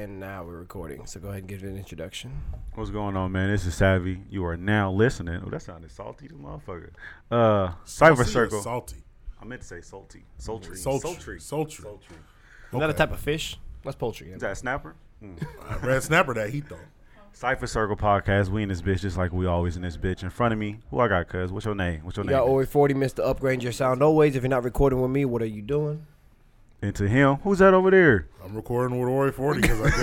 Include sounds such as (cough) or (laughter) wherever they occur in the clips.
And now we're recording. So go ahead and give it an introduction. What's going on, man? This is Savvy. You are now listening. Oh, that sounded salty, the motherfucker. Uh, Cyber Sea is Circle. Salty. I meant to say salty, sultry, sultry, Sultry. Sultry. Is that a type of fish? That's poultry. Is that a snapper? Uh, Red Snapper that heat though. Cipher Circle podcast. We in this bitch just like we always in this bitch. In front of me, who I got? Cuz, what's your name? What's your You name? got over 40 minutes to upgrade your sound. Always, if you're not recording with me, what are you doing? and to him, who's that over there? I'm recording with Ori 40 because (laughs) I guess,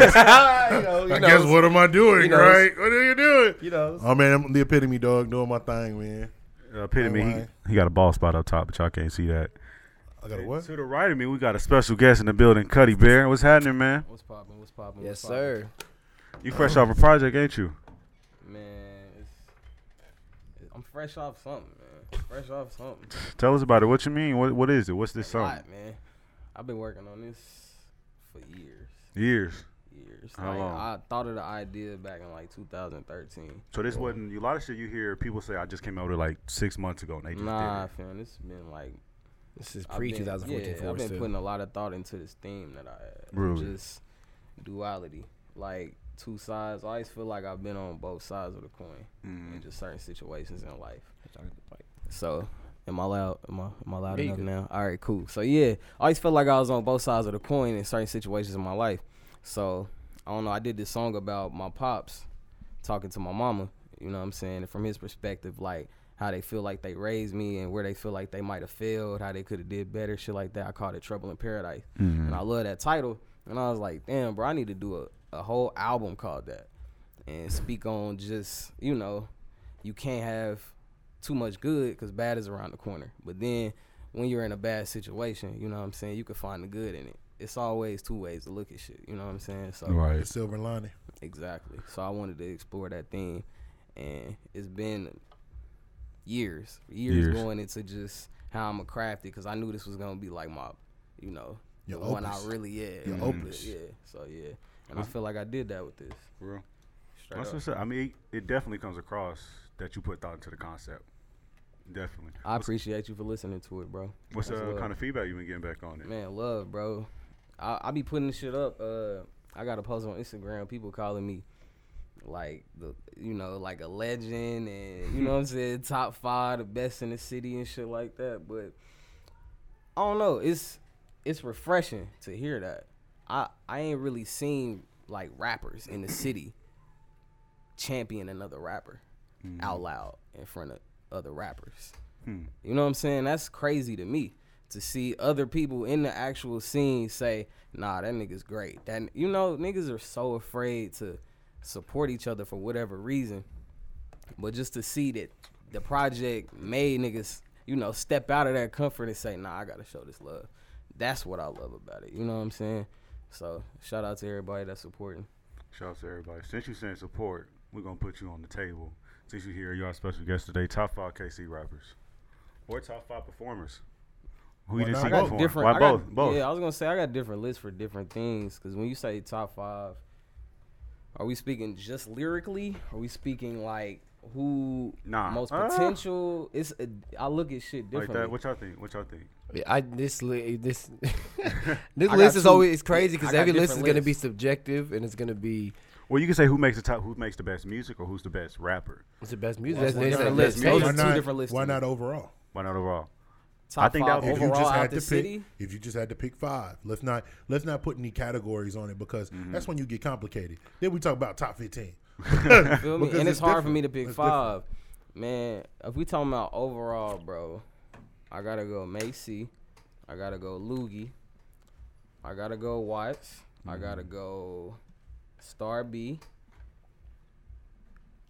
you know, (laughs) I guess what am I doing, knows. right? What are you doing? You know. Oh man, I'm the epitome dog doing my thing, man. Uh, epitome. He, Why? he got a ball spot up top, but y'all can't see that. I got a what? To the right of me, we got a special guest in the building, Cuddy Bear. What's happening, man? What's poppin'? What's poppin'? Yes, what's sir. You fresh off a project, ain't you? poppin'? Man, it's, I'm fresh off something, man. Fresh off something. Tell us about it. What you mean? What What is it? What's this A song? lot, man. I've been working on this for years. Years. Years. How like, long? I thought of the idea back in like 2013. So this wasn't a lot of shit you hear people say. I just came out with it like six months ago, and they just Nah, did fam, this has been like This is I've pre been- 2014 yeah, for I've us, been too. putting a lot of thought into this theme that I had. Really? Just duality, like two sides. I always feel like I've been on both sides of the coin it. Mm. in just certain situations in life. So, am I loud? Am I, am I loud Yeah, you enough good. now? All right, cool. So yeah, I always felt like I was on both sides of the coin in certain situations in my life. So I don't know. I did this song about my pops talking to my mama. You know what I'm saying? And from his perspective, like how they feel like they raised me and where they feel like they might have failed, how they could have did better, shit like that. I called it Trouble in Paradise, and I love that title. And I was like, damn, bro, I need to do a, a whole album called that, and speak on just you know, you can't have too much good because bad is around the corner. But then when you're in a bad situation, you know what I'm saying, you can find the good in it. It's always two ways to look at shit. You know what I'm saying? So The Right. silver lining. Exactly. So I wanted to explore that theme, and it's been years, years, Years. going into just how I'm a crafty because I knew this was gonna be like my, you know, Your the one I opus. really yeah, Your my opus. opus, yeah. So yeah, and I feel like I did that with this. Real. Straight That's up. what's up. I mean, it, it definitely comes across that you put thought into the concept. Definitely. I appreciate you for listening to it, bro. What's That's the love. kind of feedback you been getting back on it? Man, love, bro. I, I be putting this shit up. Uh, I got a post on Instagram. People calling me like the you know like a legend and you (laughs) know what I'm saying top five, the best in the city and shit like that. But I don't know. It's it's refreshing to hear that. I I ain't really seen like rappers in the city champion another rapper Mm-hmm. out loud in front of other rappers. You know what I'm saying? That's crazy to me to see other people in the actual scene say, "Nah, that nigga's great." That you know, niggas are so afraid to support each other for whatever reason. But just to see that the project made niggas, you know, step out of that comfort and say, "Nah, I gotta show this love." That's what I love about it. You know what I'm saying? So shout out to everybody that's supporting. Shout out to everybody. Since you saying support, we're gonna put you on the table. Since you here, you all special guest today, top five KC rappers or top five performers. Who you Why didn't not see both? perform? different. Why I both? got- both. Yeah, I was gonna say I got different lists for different things. Cause when you say top five, are we speaking just lyrically? Are we speaking like who Nah. most Uh, potential? It's a, I look at shit Like differently. that. What y'all think? What y'all think? Yeah, I this li- this (laughs) this got list is two- always it's crazy I because got every list is different going to be lists. subjective and it's going to be Well, you can say who makes the top, who makes the best music, or who's the best rapper. it's the best music. Well, That's, why that's, not? that's, Let's that's, make- why two not, different lists Why to me. not overall? Why not overall? top I think that five was- If you overall just out had to the pick, city. if you just had to pick five, let's not let's not put any categories on it because that's when you get complicated. Then we talk about top fifteen. Feel me? (laughs) Because And it's it's, hard for different. me to pick It's different. five. Man, if we talking about overall, bro, I gotta go Macy. I gotta go Loogie. I gotta go Watts. Mm-hmm. I gotta go Star B.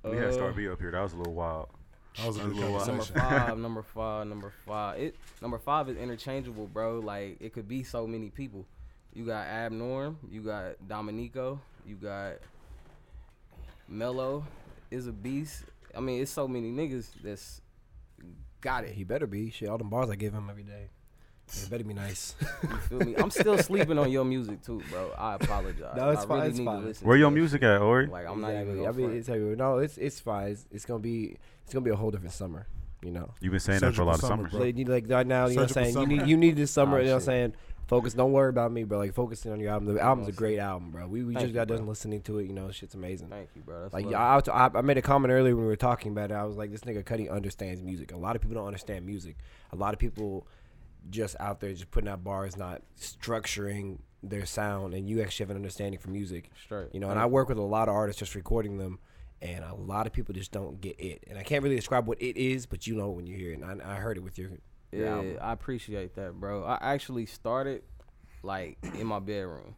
We had Uh, Star B up here. That was a little wild. That was a That good was a little Number (laughs) conversation. five, number five, number five. It number five is interchangeable, bro. Like it could be so many people. You got Abnorm, you got Dominico, you got Mello is a beast. I mean, it's so many niggas that's got it. he better be shit. All them bars I give him every day. It better be nice. You feel me? I'm still sleeping on your music too, bro. I apologize. No, it's I fine, really it's need fine. to listen. Where to your that music shit. at, Ori? Like I'm not even. Exactly. Gonna I mean, front. it's heavy. No, it's it's fine. It's, it's gonna be it's gonna be a whole different summer. You know, You've been saying that for a Surgical lot of summer, summers. bro. so you need like right now. You know, what I'm Surgical saying you summer. need you need this summer. Oh, you know, what I'm shit. saying Focus. Don't worry about me, bro. Like focusing on your album. The album's a great album, bro. We, we Thank just you, got bro. done listening to it. You know, shit's amazing. Thank you, bro. That's Like love. I, I, I made a comment earlier when we were talking about it. I was like, this nigga Cuddy understands music. A lot of people don't understand music. A lot of people just out there just putting out bars, not structuring their sound, and you actually have an understanding for music. Straight. You know, and I work with a lot of artists just recording them, and a lot of people just don't get it. And I can't really describe what it is, but you know when you hear it. And I, I heard it with your, your Yeah, album. I appreciate that, bro. I actually started like in my bedroom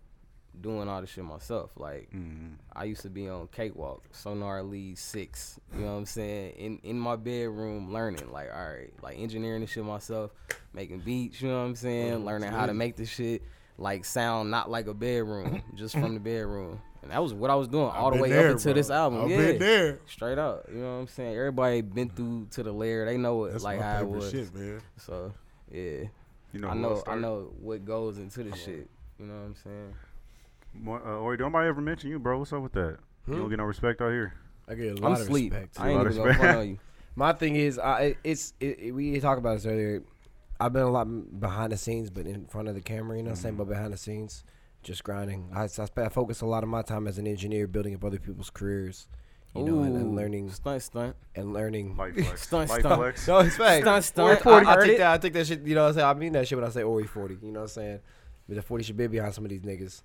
doing all this shit myself. Like Mm-hmm. I used to be on Cakewalk, Sonar Lead Six. You know what I'm saying? In in my bedroom learning, like all right, like engineering this shit myself, making beats, you know what I'm saying? Mm-hmm. Learning how to make this shit like sound not like a bedroom, just from the bedroom. And that was what I was doing all the been way there, up until bro. this album. I've yeah. been there. Straight up. You know what I'm saying? Everybody been through to the layer. They know it That's like my how it favorite was. shit, man. So yeah, You know, I who know else I started? know what goes into the shit. You know what I'm saying? More, uh, Ori, don't nobody ever mention you, bro. What's up with that? You Hmm? don't get no respect out here. I get a I'm lot of sleep. respect. I A ain't lot even of gonna front respect. (laughs) on you. My thing is, I it's it, it- we talked about this earlier. I've been a lot behind the scenes, but in front of the camera, you know what I'm saying? But behind the scenes, just grinding. I, I, sp- I focus a lot of my time as an engineer, building up other people's careers, you know, and, and Ooh, learning stunt stunt and learning. (laughs) Life flex. Stunt, Life stunt. flex. No, it's fact. Stunt, stunt. Ori 40. I I, heard it. take that. I take that shit. You know what I'm saying? I mean that shit when I say Ori 40. You know what I'm saying? But the 40 should be behind some of these niggas.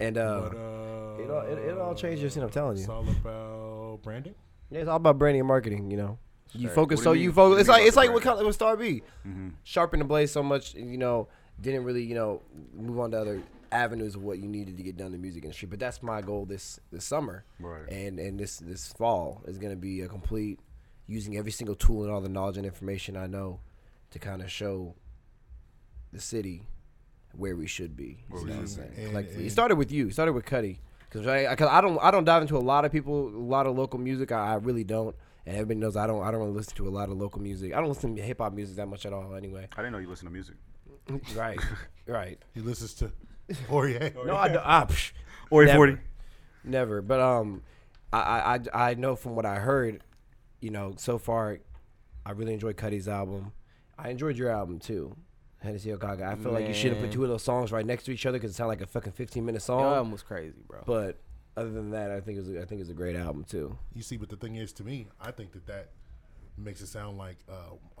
And uh, But, uh, it all it, it all changes. You know, I'm telling you. It's all about branding. Yeah, it's all about branding and marketing, you know. You Sure. focus, What do so you you mean? What do focus. you It's like mean by it's the like what branding? kind with Star B, Mhm. sharpen the blade so much, you know, didn't really, you know, move on to other avenues of what you needed to get done in the music industry. But that's my goal this this summer, Right. And and this this fall is gonna be a complete using every single tool and all the knowledge and information I know to kind of show the city where we should be. Where you we know what I'm should saying? be. And- Collectively. it and- started with you. It started with Cuddy. Because I, 'cause I don't I don't dive into a lot of people, a lot of local music. I, I really don't. And everybody knows I don't I don't really listen to a lot of local music. I don't listen to hip hop music that much at all (laughs) anyway. I didn't know you listen to music. right. Right. He (laughs) listens to Orier. (laughs) No, I don't. I, psh, Ori Never. 40. Never, but um, I, I I I know from what I heard, you know, so far, I really enjoyed Cuddy's album. I enjoyed your album too, Hennessy Okaga. I feel like you should have put Man. two of those songs right next to each other because it sounded like a fucking fifteen minute That song. album was crazy, bro. but other than that, I think it was a- I think it's a great album too. You see, but the thing is, to me, I think that that makes it sound like uh,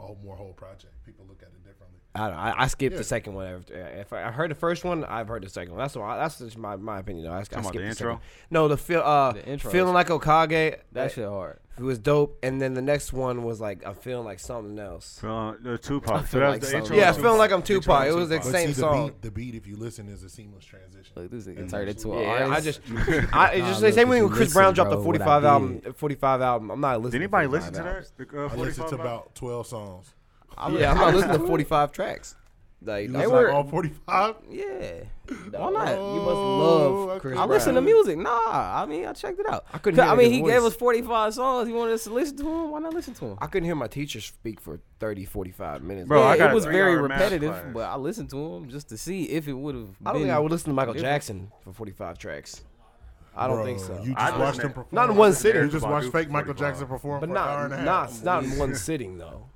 a more whole project. People look at it differently. I don't, I, I skipped Yeah. the second one. After, if I, I heard the first one, I've heard the second one. That's why that's just my, my opinion. though. I, I skipped about the, the intro? second. No, the feel uh The intro feeling is- like Okage. that shit hard. It was dope, and then the next one was like I'm feeling like something else. Uh, the Tupac. So feel that like was the so. intro. Feeling Yeah, to it's feeling like I'm Intro to Tupac. It was the But same see, the song. beat, the beat, if you listen, is a seamless transition. Look, this And nigga turned that's into an Yeah, artist. I (laughs) just, I it's just Nah, the look, same if thing you when Chris listen, Brown dropped bro, the what I 45 album. did. 45 album. I'm not Did listening. anybody 45 listen to albums. that? The, uh, I listened to 45? about twelve songs. I'm, yeah, I'm not listening to (laughs) 45 tracks. Like You they listen were. to all forty-five. yeah. Why not? You must Oh, love okay. Chris I Brown. listen to music. Nah, I mean I checked it out. I couldn't hear I mean his he voice. gave us 45 songs. He wanted us to listen to him. Why not listen to him? I couldn't hear my teacher speak for 30, 45 minutes. Bro, yeah, I got it a was very three-hour math repetitive, class. but I listened to him just to see if it would have. I don't think I would listen to Michael different. Jackson for 45 tracks. I don't Bro, think so. You just I watched listened him to- perform. Not in one sitting. You just Tupac watched do fake Michael 45. Jackson perform but for an hour not and a not half. not in (laughs) one sitting though.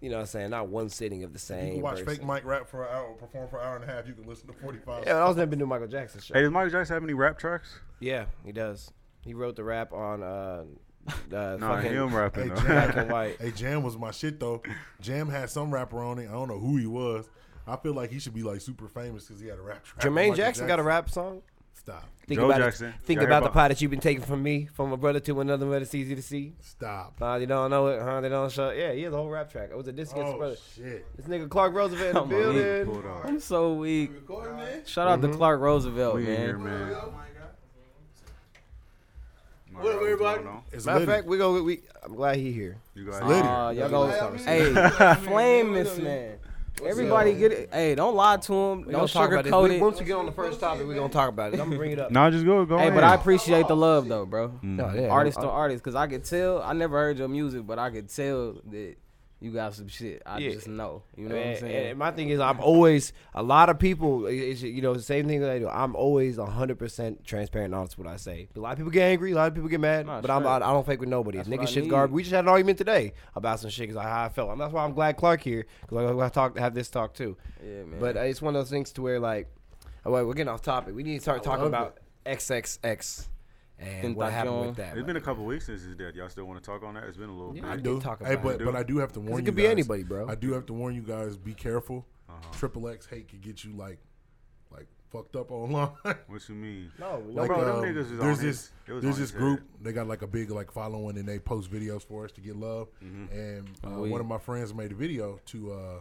You know what I'm saying? Not one sitting of the same. You watch person. fake Mike rap for an hour, perform for an hour and a half. You can listen to forty-five. Yeah, but I was never been doing Michael Jackson shit. Hey, does Michael Jackson have any rap tracks? Yeah, he does. He wrote the rap on uh, uh Nah, fucking him rapping. (laughs) though. Hey, (laughs) black Jam, and white. hey, Jam was my shit though. Jam had some rapper on it. I don't know who he was. I feel like he should be like super famous because he had a rap track. with Jermaine Michael Jackson, got a rap song. Stop, Think Joe about Jackson. It. Think Y'all hear about the about- pie that you've been taking from me, from a brother to another brother. It's easy to see. stop. Nah, they don't know it, huh? They don't show. Yeah, he has a whole rap track. It was a diss against the Oh brother. shit! This nigga Clark Roosevelt in the Come on, nigga. building. Hold on. I'm (laughs) so weak. Recording man. Shout out to Clark Roosevelt, We in man. here, man. What up, everybody? It's Matter Matter of fact, we go. We, I'm glad he here. You guys Liddy. Aw, Uh, y'all go, Yeah. hey, flame this man. Everybody up? get it. Hey, don't lie to him. We Don't gonna talk about this. sugarcoat We, it. once we get on the first topic, we're gonna talk about it. I'm gonna bring it up. Nah, just go. Go Hey, ahead. but I appreciate the love though, bro. No, Oh, yeah, Artist I- to artist, cause I could tell. I never heard your music, but I could tell that you got some shit. I Yeah. just know. You know and, what I'm saying? and Eh, my thing is, I'm always a lot of people. it- It's, you know, the same thing that I do. I'm always 100 percent transparent, and honest with what I say. A lot of people get angry, a lot of people get mad, Nah, but I'm I, straight. I don't fake with nobody. That's Nigga, what I shit's need. garbage. We just had an argument today about some shit because how I felt. And that's why I'm glad Clark here because I, I talk have this talk too. Yeah, man. But uh, it's one of those things to where like, oh, wait, we're getting off topic. We need to start talking love about XXX and what Tentacion. happened with that. It's been a couple weeks since his death. Y'all still want to talk on that? It's been a little Yeah. I bit. do. talk Hey, about but it. but I do have to warn it you. could be guys. anybody, bro. I do have to warn you guys. Be careful. Triple X hate could get you like like fucked up online. (laughs) What you mean? No, like bro, them um, niggas was there's on his- this it was there's on his this group. head. They got like a big like following and they post videos for us to get love. Mm-hmm. And uh, Weed. one of my friends made a video to uh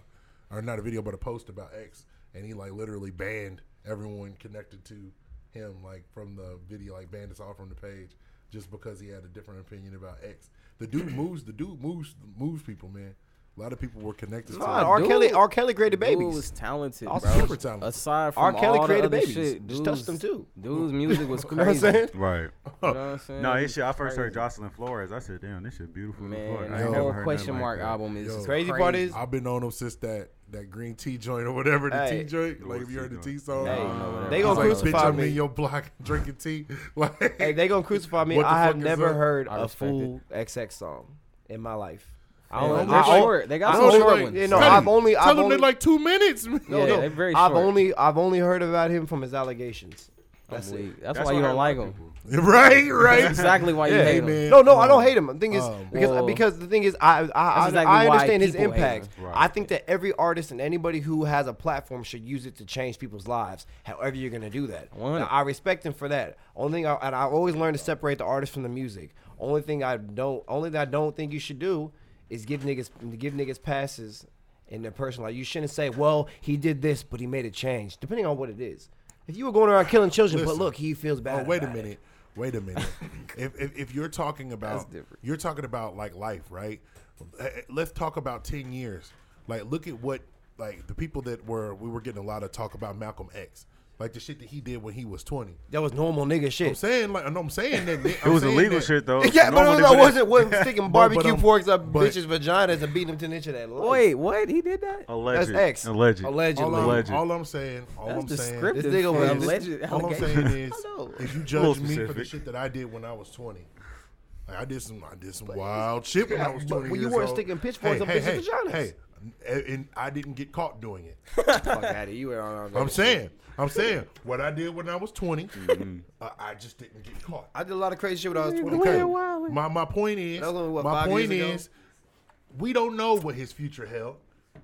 or not a video but a post about X and he like literally banned everyone connected to him like from the video like banned us all from the page just because he had a different opinion about X. The dude moves the dude moves moves people, man. A lot of people were connected to Nah, him. R. dude- Kelly, R. Kelly created Dude babies. was talented, Also bro. super talented. Aside from R. Kelly all created the other babies. Just shit, dude's, touched them too. Dude's music was You know what I'm crazy. saying? Right. You know what I'm saying? No, it's shit. I first heard Crazy. Jocelyn Flores. I said, damn, this shit beautiful. as fuck. Man, I the ain't whole never heard nothing question like mark that. album is Yo. just Crazy crazy. part is- I've been on him since that that green tea joint or whatever the Hey. tea joint. Like if you heard the tea song, Hey, no, they no, gonna no. He's like, bitch, crucify I'm me. in your block (laughs) drinking tea. Like, (laughs) hey, they gonna crucify me. What the I have fuck is never up? heard I a respect full XX song in my life. I Yeah, only- they're I only- short. They got I some only- short ones. You know, Tell I've him- only, tell I've them only, they're like two minutes. (laughs) man. Yeah, (laughs) they're very I've short. only, I've only heard about him from his allegations. That's That's, it. That's, That's why you what don't like I him. people. right, right. That's exactly why you Yeah. hate Hey, him. man. No, no, I don't Um, hate him. The thing is, um, because Well- because the thing is, I I I, That's I exactly why understand his people hate impact. him. Right. I think that every artist and anybody who has a platform should use it to change people's lives. However, you're gonna do that. One hundred. Now, I respect him for that. Only thing, I, and I always learn to separate the artist from the music. Only thing I don't, only thing I don't think you should do is give niggas give niggas passes in their personal life. You shouldn't say, well, he did this, but he made a change. Depending on what it is. If you were going around killing children, Listen. but look, he feels bad. Oh, wait a about it. minute. Wait a (laughs) minute. if, if if you're talking about different. you're talking about like life, right? Eh, eh, Let's talk about ten years. Like, look at what like the people that were we were getting a lot of talk about Malcolm X, like the shit that he did when he was twenty. That was normal nigga shit. I'm saying like, I know I'm saying that It was illegal shit, though. Yeah, but no, Normally no, when it- wasn't wasn't sticking barbecue I'm- forks up but- bitches' vaginas and beating them to the inch of that. life. Wait, what? He did that? that's Alleged. X. Alleged. Allegedly. All Alleged. I'm, all I'm saying, all That's I'm saying, descriptive. This nigga for was- is- alleged all I'm allegation. saying is, Hello. if you little judge me for the specific. shit that I did when I was 20, like I did some, I did some wild shit when I was but 20 when you years weren't old. sticking pitchforks hey, up hey, bitches' vaginas. hey, Hey, and- and I didn't get caught doing it. fuck out of you. were on- I'm saying, I'm saying, what I did when I was 20, Mm-hmm. uh, I just didn't get caught. I did a lot of crazy shit when I was 20. Okay. Wait, why? My my point is, That was only, what, my five point years ago? is, we don't know what his future held.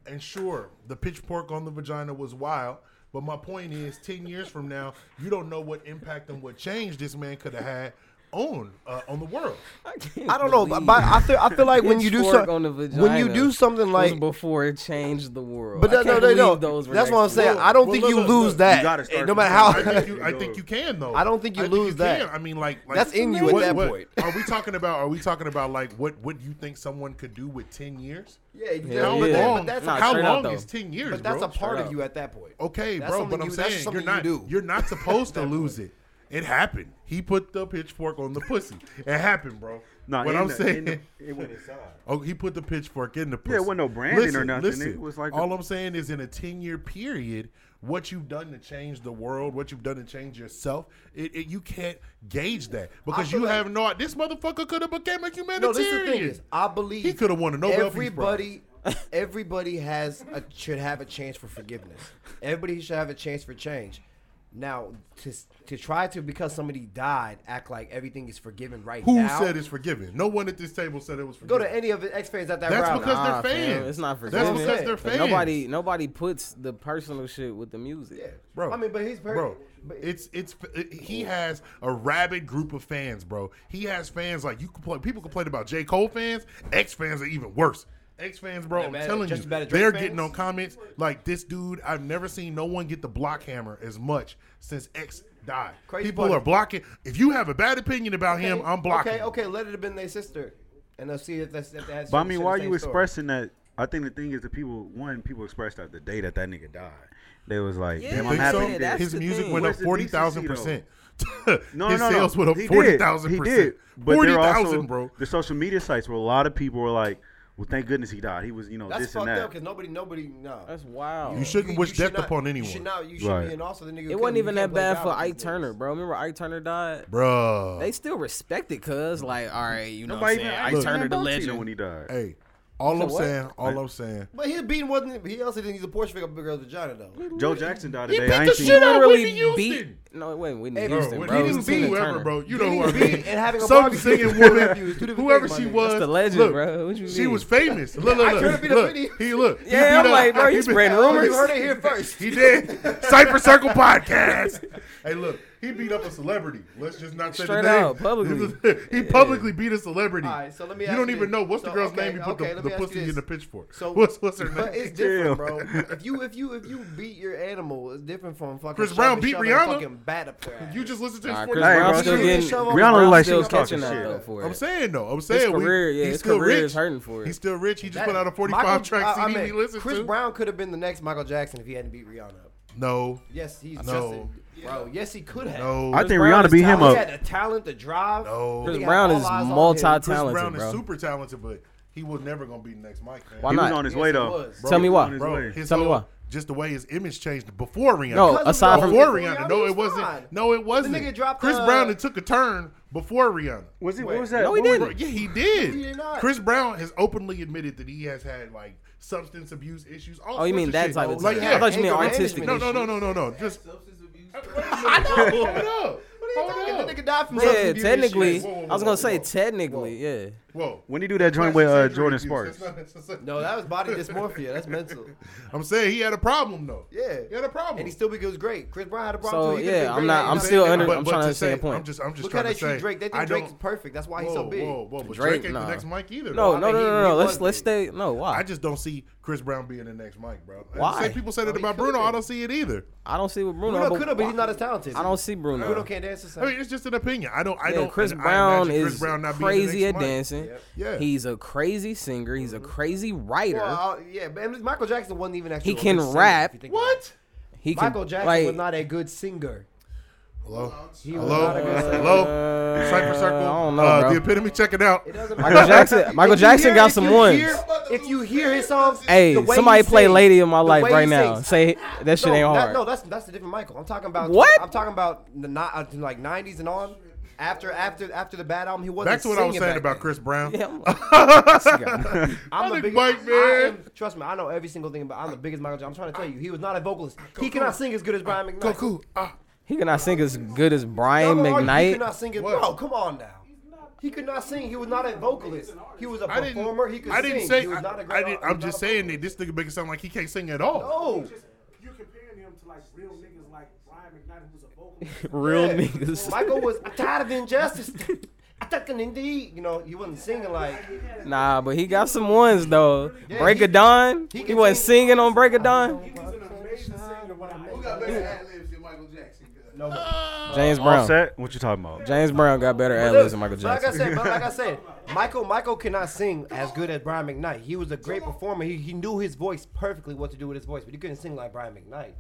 And sure, the pitchfork on the vagina was wild. But my point is, ten years from now, you don't know what impact and what change this man could have had on uh, on the world. I don't know, but but I feel I feel like when you do Pitchfork so, on the when you vagina do something was like, before it changed the world. but I no, no, can't no, no. believe those were that's what I'm next to saying. it. I don't Well, think look, you look, lose look. You that. gotta start no from matter the I how. beginning. think you, I think you can though. I don't think you lose that. can. I mean, like, like- That's in you at what- that what- point. Are we talking about? Are we talking about like what what you think someone could do with ten years? Yeah, you Yeah, just- How but that- long? but that's Nah, a- how straight long out, is though. ten years? but that's bro? a part up. of you at that point. Okay, That's bro, something but I'm you- that's saying something you're you not do. are not supposed (laughs) to lose it. It happened. He put the pitchfork on the pussy. It happened, bro. Nah, what in I'm the- saying. in the- It went inside. (laughs) Oh, he put the pitchfork in the pussy. it wasn't no branding or nothing. Listen, It was like all a- I'm saying is in a 10 year period, what you've done to change the world, what you've done to change yourself, it, it you can't gauge that because feel you like- have no. This motherfucker could have became a humanitarian. No, this is the thing is, I believe He coulda won a Nobel Peace Everybody, everybody has a, should have a chance for forgiveness. Everybody should have a chance for change. Now, to s- to try to because somebody died, act like everything is forgiven right Who now. said it's forgiven? No one at this table said it was Go forgiven. to any of the X fans at that That's round. because Nah, they're fam, fans. It's not for That's kids. because they're But fans. Nobody, nobody puts the personal shit with the music. Yeah. Bro, I mean, but he's per- bro. but- It's it's he has a rabid group of fans, bro. He has fans like you. Complain, people complain about J Cole fans. X fans are even worse. X fans, bro. I'm bad- telling you, just bad at Drake they're fans? getting on comments like this dude. I've never seen no one get the block hammer as much since X died. Crazy people part- are blocking. If you have a bad opinion about him, Okay, I'm blocking. Okay, okay, let it have been their sister, and they'll see if that's if that's. But I mean, why are you expressing that? I think the thing is the people one people expressed that the day that that nigga died, they was like, Yeah, "Damn, You I'm think happy." so? he did." that's His the music thing. went up Where's the forty thousand decency, percent. (laughs) No, His no, no. sales went up He did. forty thousand He did. percent. But Forty there are also thousand, bro. The social media sites where a lot of people were like, Well, thank goodness he died. He was, you know, That's this fucked and that. up because nobody, nobody, no. That's wild. You shouldn't wish should death not- upon You should anyone. not. You should Right. be. And also, the nigga. it couldn't- wasn't you even can't that blame bad God for with Ike these Turner, niggas. bro. Remember Ike Turner died? Bruh. They still respected cuz like, all right, you know Nobody what even I'm saying? Ike Look, Turner the Tarantino legend. when he died. hey, all I'm what? saying, all I'm saying, But his beating wasn't. He also didn't use a Porsche pick up a girl's vagina though. Joe Jackson died He today. beat I the ain't seen shit out- literally Whitney Houston. beat. No, wait, Whitney Hey, bro, Houston, when bro. he it was didn't beat Tina whoever, Turner. You Getting beat and having a Some barbecue (laughs) singing with woman, nephews, two different whoever things, she my nigga. was, That's the legend, look, bro. What you she mean? was famous. Look, look, I look, couldn't be the look. video. (laughs) He look. he Yeah, I'm beat up- like, bro, he you beat- spreading Oh, you rumors. heard it here first. He did. Cypher Circle Podcast. (laughs) Hey, look, he beat up a celebrity. Let's just not say Straight the name. out, publicly. (laughs) he publicly beat a celebrity. All right, so let me you ask don't you even this. know what's the So, girl's okay, name. He put okay, the, let the me ask you pussy in this. the pitchfork. So- (laughs) what's what's her But name? it's different, bro. Damn. If you if you if you beat your animal, it's different from fucking Chris Brown shoving- beat shoving a Rihanna? Fucking bat up there. You just listened to his Nah, 40 Chris Hey, Brown's bro, still she- getting. she- Rihanna Chris Brown's look like she still was talking catching shit. that though for I'm it. saying though. I'm saying His we- career, yeah, he's his still career rich. is hurting for He's it. still rich. He just That- put out a 45 Michael- track I- I CD mean, he listened Chris to. Brown could have been the next Michael Jackson if he hadn't beat Rihanna. up. no, Yes, he's No. Justin. bro. Yes, he could have. no. I think Brown Rihanna is beat him He up. had the talent, the drive. No. They Chris got Brown all is eyes on him. multi-talented. Chris Brown talented, is bro. super talented, but he was never gonna be the next Mike. Man. Why He was not? on his Yes, way he though. was. Bro, Tell me he was why. on his Bro, way. his Tell me whole, why. Just the way his image changed before Rihanna. No, Cousin aside Brown. from before Before Rihanna. Rihanna, No, he was it wasn't. fine. No, it wasn't. nigga dropped, Chris uh, Brown. It took a turn before Rihanna. Was it? What Wait. was that? No, he What was- didn't. Bro, yeah, he did. He did not. Chris Brown has openly admitted that he has had like substance abuse issues. All Oh, you sorts mean of that shit. type of Like, thing. yeah. I thought you meant Anger artistic. management no, no, issues. no, no, no, no. Just Substance abuse. I know. Hold up. What are you Hold talking? up. The nigga died from Yeah, substance abuse. technically, Whoa, whoa, whoa, I was gonna say whoa. technically, yeah. Whoa. When he do that joint with uh, Jordan Sparks. No, that was body dysmorphia. That's mental. I'm saying he had a problem though. Yeah. he had a problem. And he still because great. Chris Brown had a problem. too. So He could've been yeah, I'm great. not. He I'm got still big. under. But- I'm but trying to to understand say- your point. I'm just, I'm just Look how they trying to say. treat Drake. They I think Drake's don't- perfect. That's why he's whoa, so big. Whoa, whoa, but Drake, Drake ain't nah. the next Mike either. No, though. no, no, think he- no, he no. was Let's let's big. stay. No, why? I I, just don't see Chris Brown being the next Mike, bro. And Why? Same people say that he about could've Bruno. I been. don't see it either. I don't see what Bruno. Bruno could have, but why- he's not as talented. I don't see Bruno. Bruno can't dance the I same. mean, it's just an opinion. I don't. I Yeah, don't. Chris and I Brown imagine is Chris Brown not being the crazy next Mm-hmm. at Mike. dancing. Yep. Yeah. He's a crazy singer. He's a crazy writer. Well, uh, yeah, but I mean, Michael Jackson wasn't even actually. He a can good singer, rap. if you think about What? he it. can Michael Jackson like, was not a good singer. Hello. He was Hello. not a good singer. Hello. Cypher Circle. I don't know, uh, bro. The epitome. Check it out. It doesn't (laughs) Michael (laughs) matter. Jackson. Michael If you Jackson hear- got if some you ones. hear- if you hear his songs, hey, the way somebody he play sings, "Lady in My the Life" way right he now. sings- Say (laughs) that shit no, ain't that- hard. no, that's that's a different Michael. I'm talking about What? I'm talking about the not uh, like '90s and on. After after after the bad album, he wasn't. Back to what I was singing saying back about then. Chris Brown. Yeah, I'm like, I'm the Mike, biggest. Mike, I man. am, trust me, I know every single thing about. I'm the biggest Michael Jackson. I'm trying to tell you, he was not a vocalist. He cannot sing as good as Brian McKnight. Goku. Ah. he cannot sing as good as Y'all Brian gonna argue He could McKnight. not sing as What? bro. Come on now. He could not sing. He was not a vocalist. He was a I didn't. performer. He could I didn't sing. say. He was not a I, great I didn't, he I'm was just not a saying that this nigga make it sound like he can't sing at all. vocalist. Just, you're comparing him to like real niggas like Brian McKnight, who's a vocalist. (laughs) Real Yeah. niggas. No, Michael was I'm tired of injustice. (laughs) I took an indeed. You know, he wasn't singing like. Nah, but he got some ones though. Yeah, Break he- a Dawn. he He, can wasn't sing. singing on Break a Dawn. He was an amazing singer when I Who got better ad libs than Michael Jackson? No, but- James Brown. Offset? What you talking about? James Brown got better but ad look, libs than Michael but like I Jackson. said, but like I (laughs) said, Michael Michael cannot sing as good as Brian McKnight. He was a great performer. He, he knew his voice perfectly what to do with his voice, but he couldn't sing like Brian McKnight.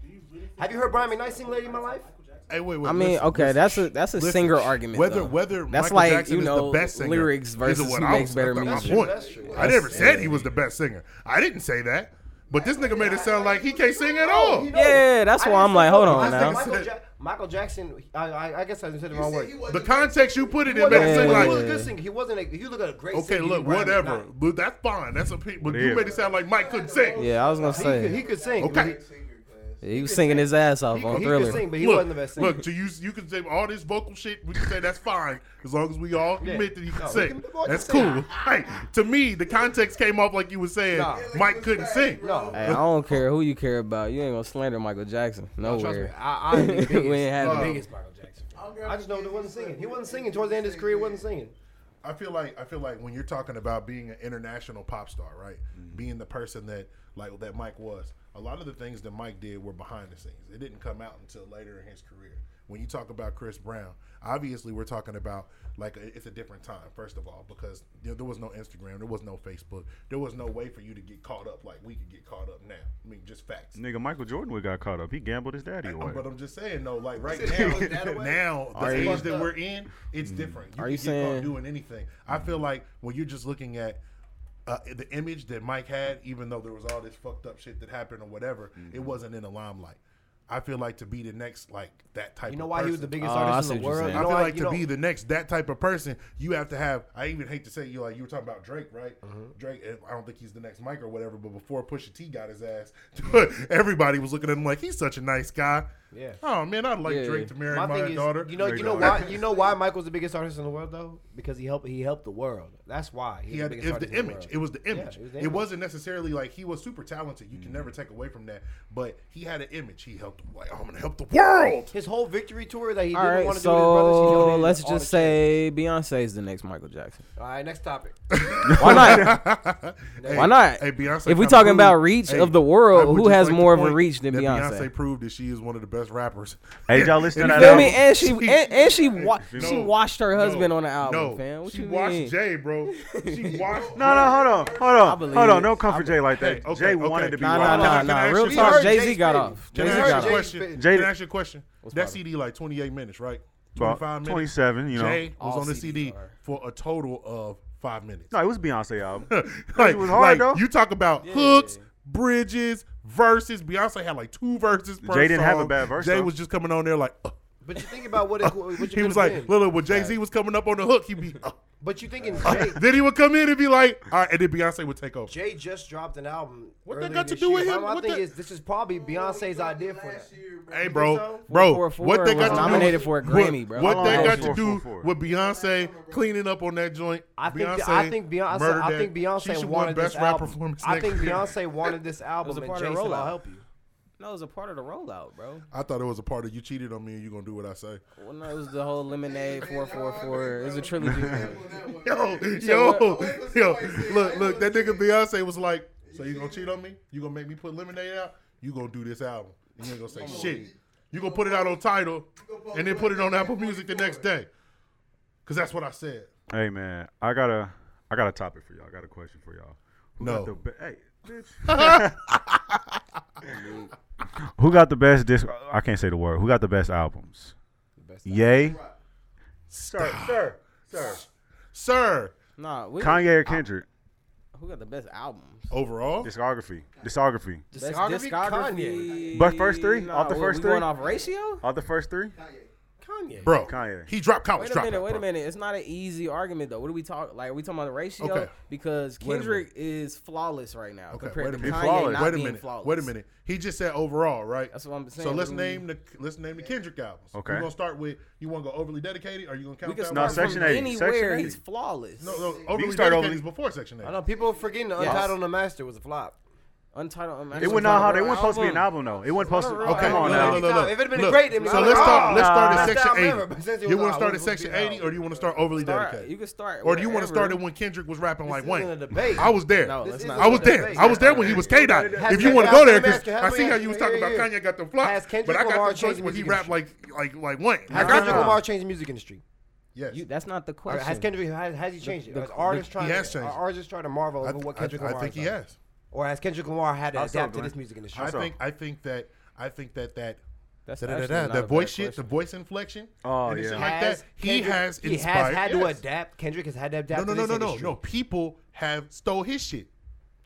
Have you heard Brian McKnight sing "Lady in My Life"? Hey, wait, wait. I mean, listen, okay, listen. that's a that's a Listen, singer argument. Whether though. whether that's Michael like Jackson you know is the best singer, lyrics is versus what who I makes was- better that's music. My point. That's true. I never said he was the best singer. I didn't say that. But this nigga made it sound like he can't sing at all. You know, Yeah, that's I why didn't I'm say like, hold Michael- on I said now. Michael, ja- Michael Jackson. I, I, I guess I said the wrong word. The context you put it He in made wasn't, it he seem was like. a good singer. He wasn't. A, he looked at a great. Okay, singer. He look, Brian whatever. McKnight. But that's fine. That's a pe- but you Whatever. made it sound like Mike couldn't sing. Yeah, I was gonna He could, he say could sing. but Okay. he was singing his ass off He, on he, he could Thriller. sing, but he look, wasn't the best singer. Look, to you, you can say all this vocal shit. We can say that's fine as long as we all Yeah. admit that he can No, sing. we can- the boy can that's sing. cool. Hey, to me, the context came off like you were saying Nah. Mike couldn't sing. no, Hey, I don't care who you care about. You ain't gonna slander Michael Jackson trust me. nowhere. I, I ain't the biggest, We ain't had the it. biggest Michael Jackson. I just know he wasn't singing. He wasn't singing towards the end of his career. He wasn't singing. I feel like I feel like when you're talking about being an international pop star, right? Being the person that like that Mike was. A lot of the things that Mike did were behind the scenes. It didn't come out until later in his career. When you talk about Chris Brown, obviously we're talking about like it's a different time. First of all, because you know, there was no Instagram, there was no Facebook, there was no way for you to get caught up like we could get caught up now. I mean, just facts. Nigga, Michael Jordan would got caught up. He gambled his daddy away. But I'm just saying though, like (laughs) right was that now, away? now the Are age you- that we're in, it's different. You Are can you get caught saying- doing anything? I feel like when you're just looking at uh, the image that Mike had, even though there was all this fucked up shit that happened or whatever, it wasn't in the limelight. I feel like to be the next like that type. You know of why he was person- the biggest Oh, I artist see in the what you're world? saying. You I know feel why- like you to know- be the next that type of person, you have to have. I even hate to say you like you were talking about Drake, right? Mm-hmm. Drake. eh, I don't think he's the next Mike or whatever, but before Pusha T got his ass, (laughs) everybody was looking at him like he's such a nice guy. Yeah. Oh man, I'd like Yeah. Drake to marry My my, thing is, daughter. you know, There you you know go. why, you know why Michael's the biggest artist in the world though, because he helped, he helped the world. That's why he had the it biggest was artist the in image. world. it was the Yeah, image. it was it, the image. Mm-hmm. wasn't necessarily like he was super talented. You can never take away from that. But he had an image. He helped. Like I'm gonna help the world. His whole victory tour that he All didn't right, want to do with his brothers. He so donated let's all the just shit. say Beyonce is the next Michael Jackson. All right, next topic. Why not? Hey, Why not? Hey, Beyonce. If we kinda talking proved- about reach of the world, I would who just has to more of a point reach than that Beyonce? Beyonce proved that she is one of the best rappers. Hey, (laughs) y'all listen to that You Feel album. me? And she and, and she wa- No, she washed her husband No, on the album, no, fam. What she you watched mean? Jay, bro. She (laughs) watched. No, no, hold on, hold on, believe hold on. it. Don't come for Jay like that. Hey, okay, Jay okay. wanted to be. Nah, nah, wild. Can I- nah, can I nah. ask Real you- talk. Heard Jay Z Jay's got spitting. off. Can Jay I Z Jay-Z ask got you a Jay- off. question? Jay- Can I ask you a question? That poppin'? CD like 28 minutes, right? About 25 minutes. 27, you know. Jay was All on the CDs CD are. for a total of five minutes. No, it was Beyonce album. like, was hard, like, though. You talk about hooks, bridges, verses. Beyonce had like two verses. Per Jay didn't have a song. bad verse, Jay though. was just coming on there like. uh, But you think about what it, what you he was could've like, been. Lil, when Jay Z was coming up on the hook, (laughs) he'd be. uh, But you thinking Jay? (laughs) then he would come in and be like, all right, and then Beyonce would take over. Jay just dropped an album. What that earlier got to this do with year. him? My, my What thing that- is, this is probably Beyonce's idea for that. Hey, bro, so? bro, 444 what they was got to nominated do, for a what- Grammy, bro. What How they long got was to do 444? with Beyonce cleaning up on that joint? I think Beyonce, I think Beyonce murdered I that. think she Beyonce should wanted win best this rap album. performance. I next think year. Beyonce wanted (laughs) this album a and part of Jay the said, "I'll rollout. help you." No, it was a part of the rollout, bro. (laughs) I thought it was a part of you cheated on me and you gonna do what I say. Well, no, it was the whole Lemonade 444. It was a trilogy. Yo, what? yo, yo! Look, look! That nigga Beyonce was like, "So you gonna cheat on me? You gonna make me put Lemonade out? You gonna do this album? And you ain't gonna say shit. You gonna put it out on title, and then put it on Apple Music the next day, cause that's what I said. Hey man, I got a I got a topic for y'all. I got a question for y'all. Who No. got the be- hey, bitch. Who got the best disc? I can't say the word. Who got the best albums? Yay, sir, Ah. sir, sir. Sir, (laughs) Nah, we, Kanye or Kendrick? who got the best album? overall, Discography, discography. Best Discography? Kanye. But first three? Nah, Off the we- first we going three? off ratio? Are the first three? Kanye. bro, Kanye. he dropped college. Wait a dropout, minute, wait bro. a minute. It's not an easy argument though. What are we talking? Like, are we talking about the ratio? Okay. Because Wait a minute. Kendrick is flawless right now Okay, compared wait a to minute. Kanye Flawless. not wait a being minute. flawless. Wait a minute. He just said overall, right? That's what I'm So saying. let's We- name the let's name the Kendrick albums. Okay. We're gonna start with. You want to go overly dedicated? Or you gonna We count can that? No, start one? Section from 80, anywhere. Section 80. He's flawless. No, no. Overly start dedicated Overly- is before Section Eight. I know people are forgetting the Yes. Untitled and the Master was a flop. Untitled. um, It actually, went not how Untitled they weren't supposed to be an album. album though. It wasn't supposed to. Untitled Oh come album. on No, now. no, no, no. If it had been great, it'd be so like, let's oh, start. Let's start best at section album ever, but since eighty. it You was want to out, it start at was section out. eighty, or do you want to start overly Start- dedicated? You can start. or do you want to wherever. start at when Kendrick was rapping like isn't Wayne? a debate. I was there. No, This let's isn't not. a I was there. debate. I was there when he was K Dot. Has If you Kendrick want to go Lamar there, changed because his I see how music? you was Here, talking here, about here. Kanye got the Has flop, but Kendrick I Lamar got the choice changed where he music rapped like like like Wayne. I Has got Kendrick you. Lamar changed the music industry? Yes. You- That's not the Or question. Has Kendrick has, has he changed it? the- Has artists trying? has to, are changed it. artists trying to marvel I over th- what I- Kendrick I Lamar think has he done? has. Or has Kendrick Lamar had to How's adapt up, to Glenn? this music industry? I That's all. think I think that I think that that That's da- da- da- actually da- not a that bad voice shit, the question. voice inflection, Oh, and the yeah. shit like that. He Kendrick- has he inspired. has had to Yes. adapt. Kendrick has had to No, adapt. no, to no, this no, no, industry. no. People have stole his shit.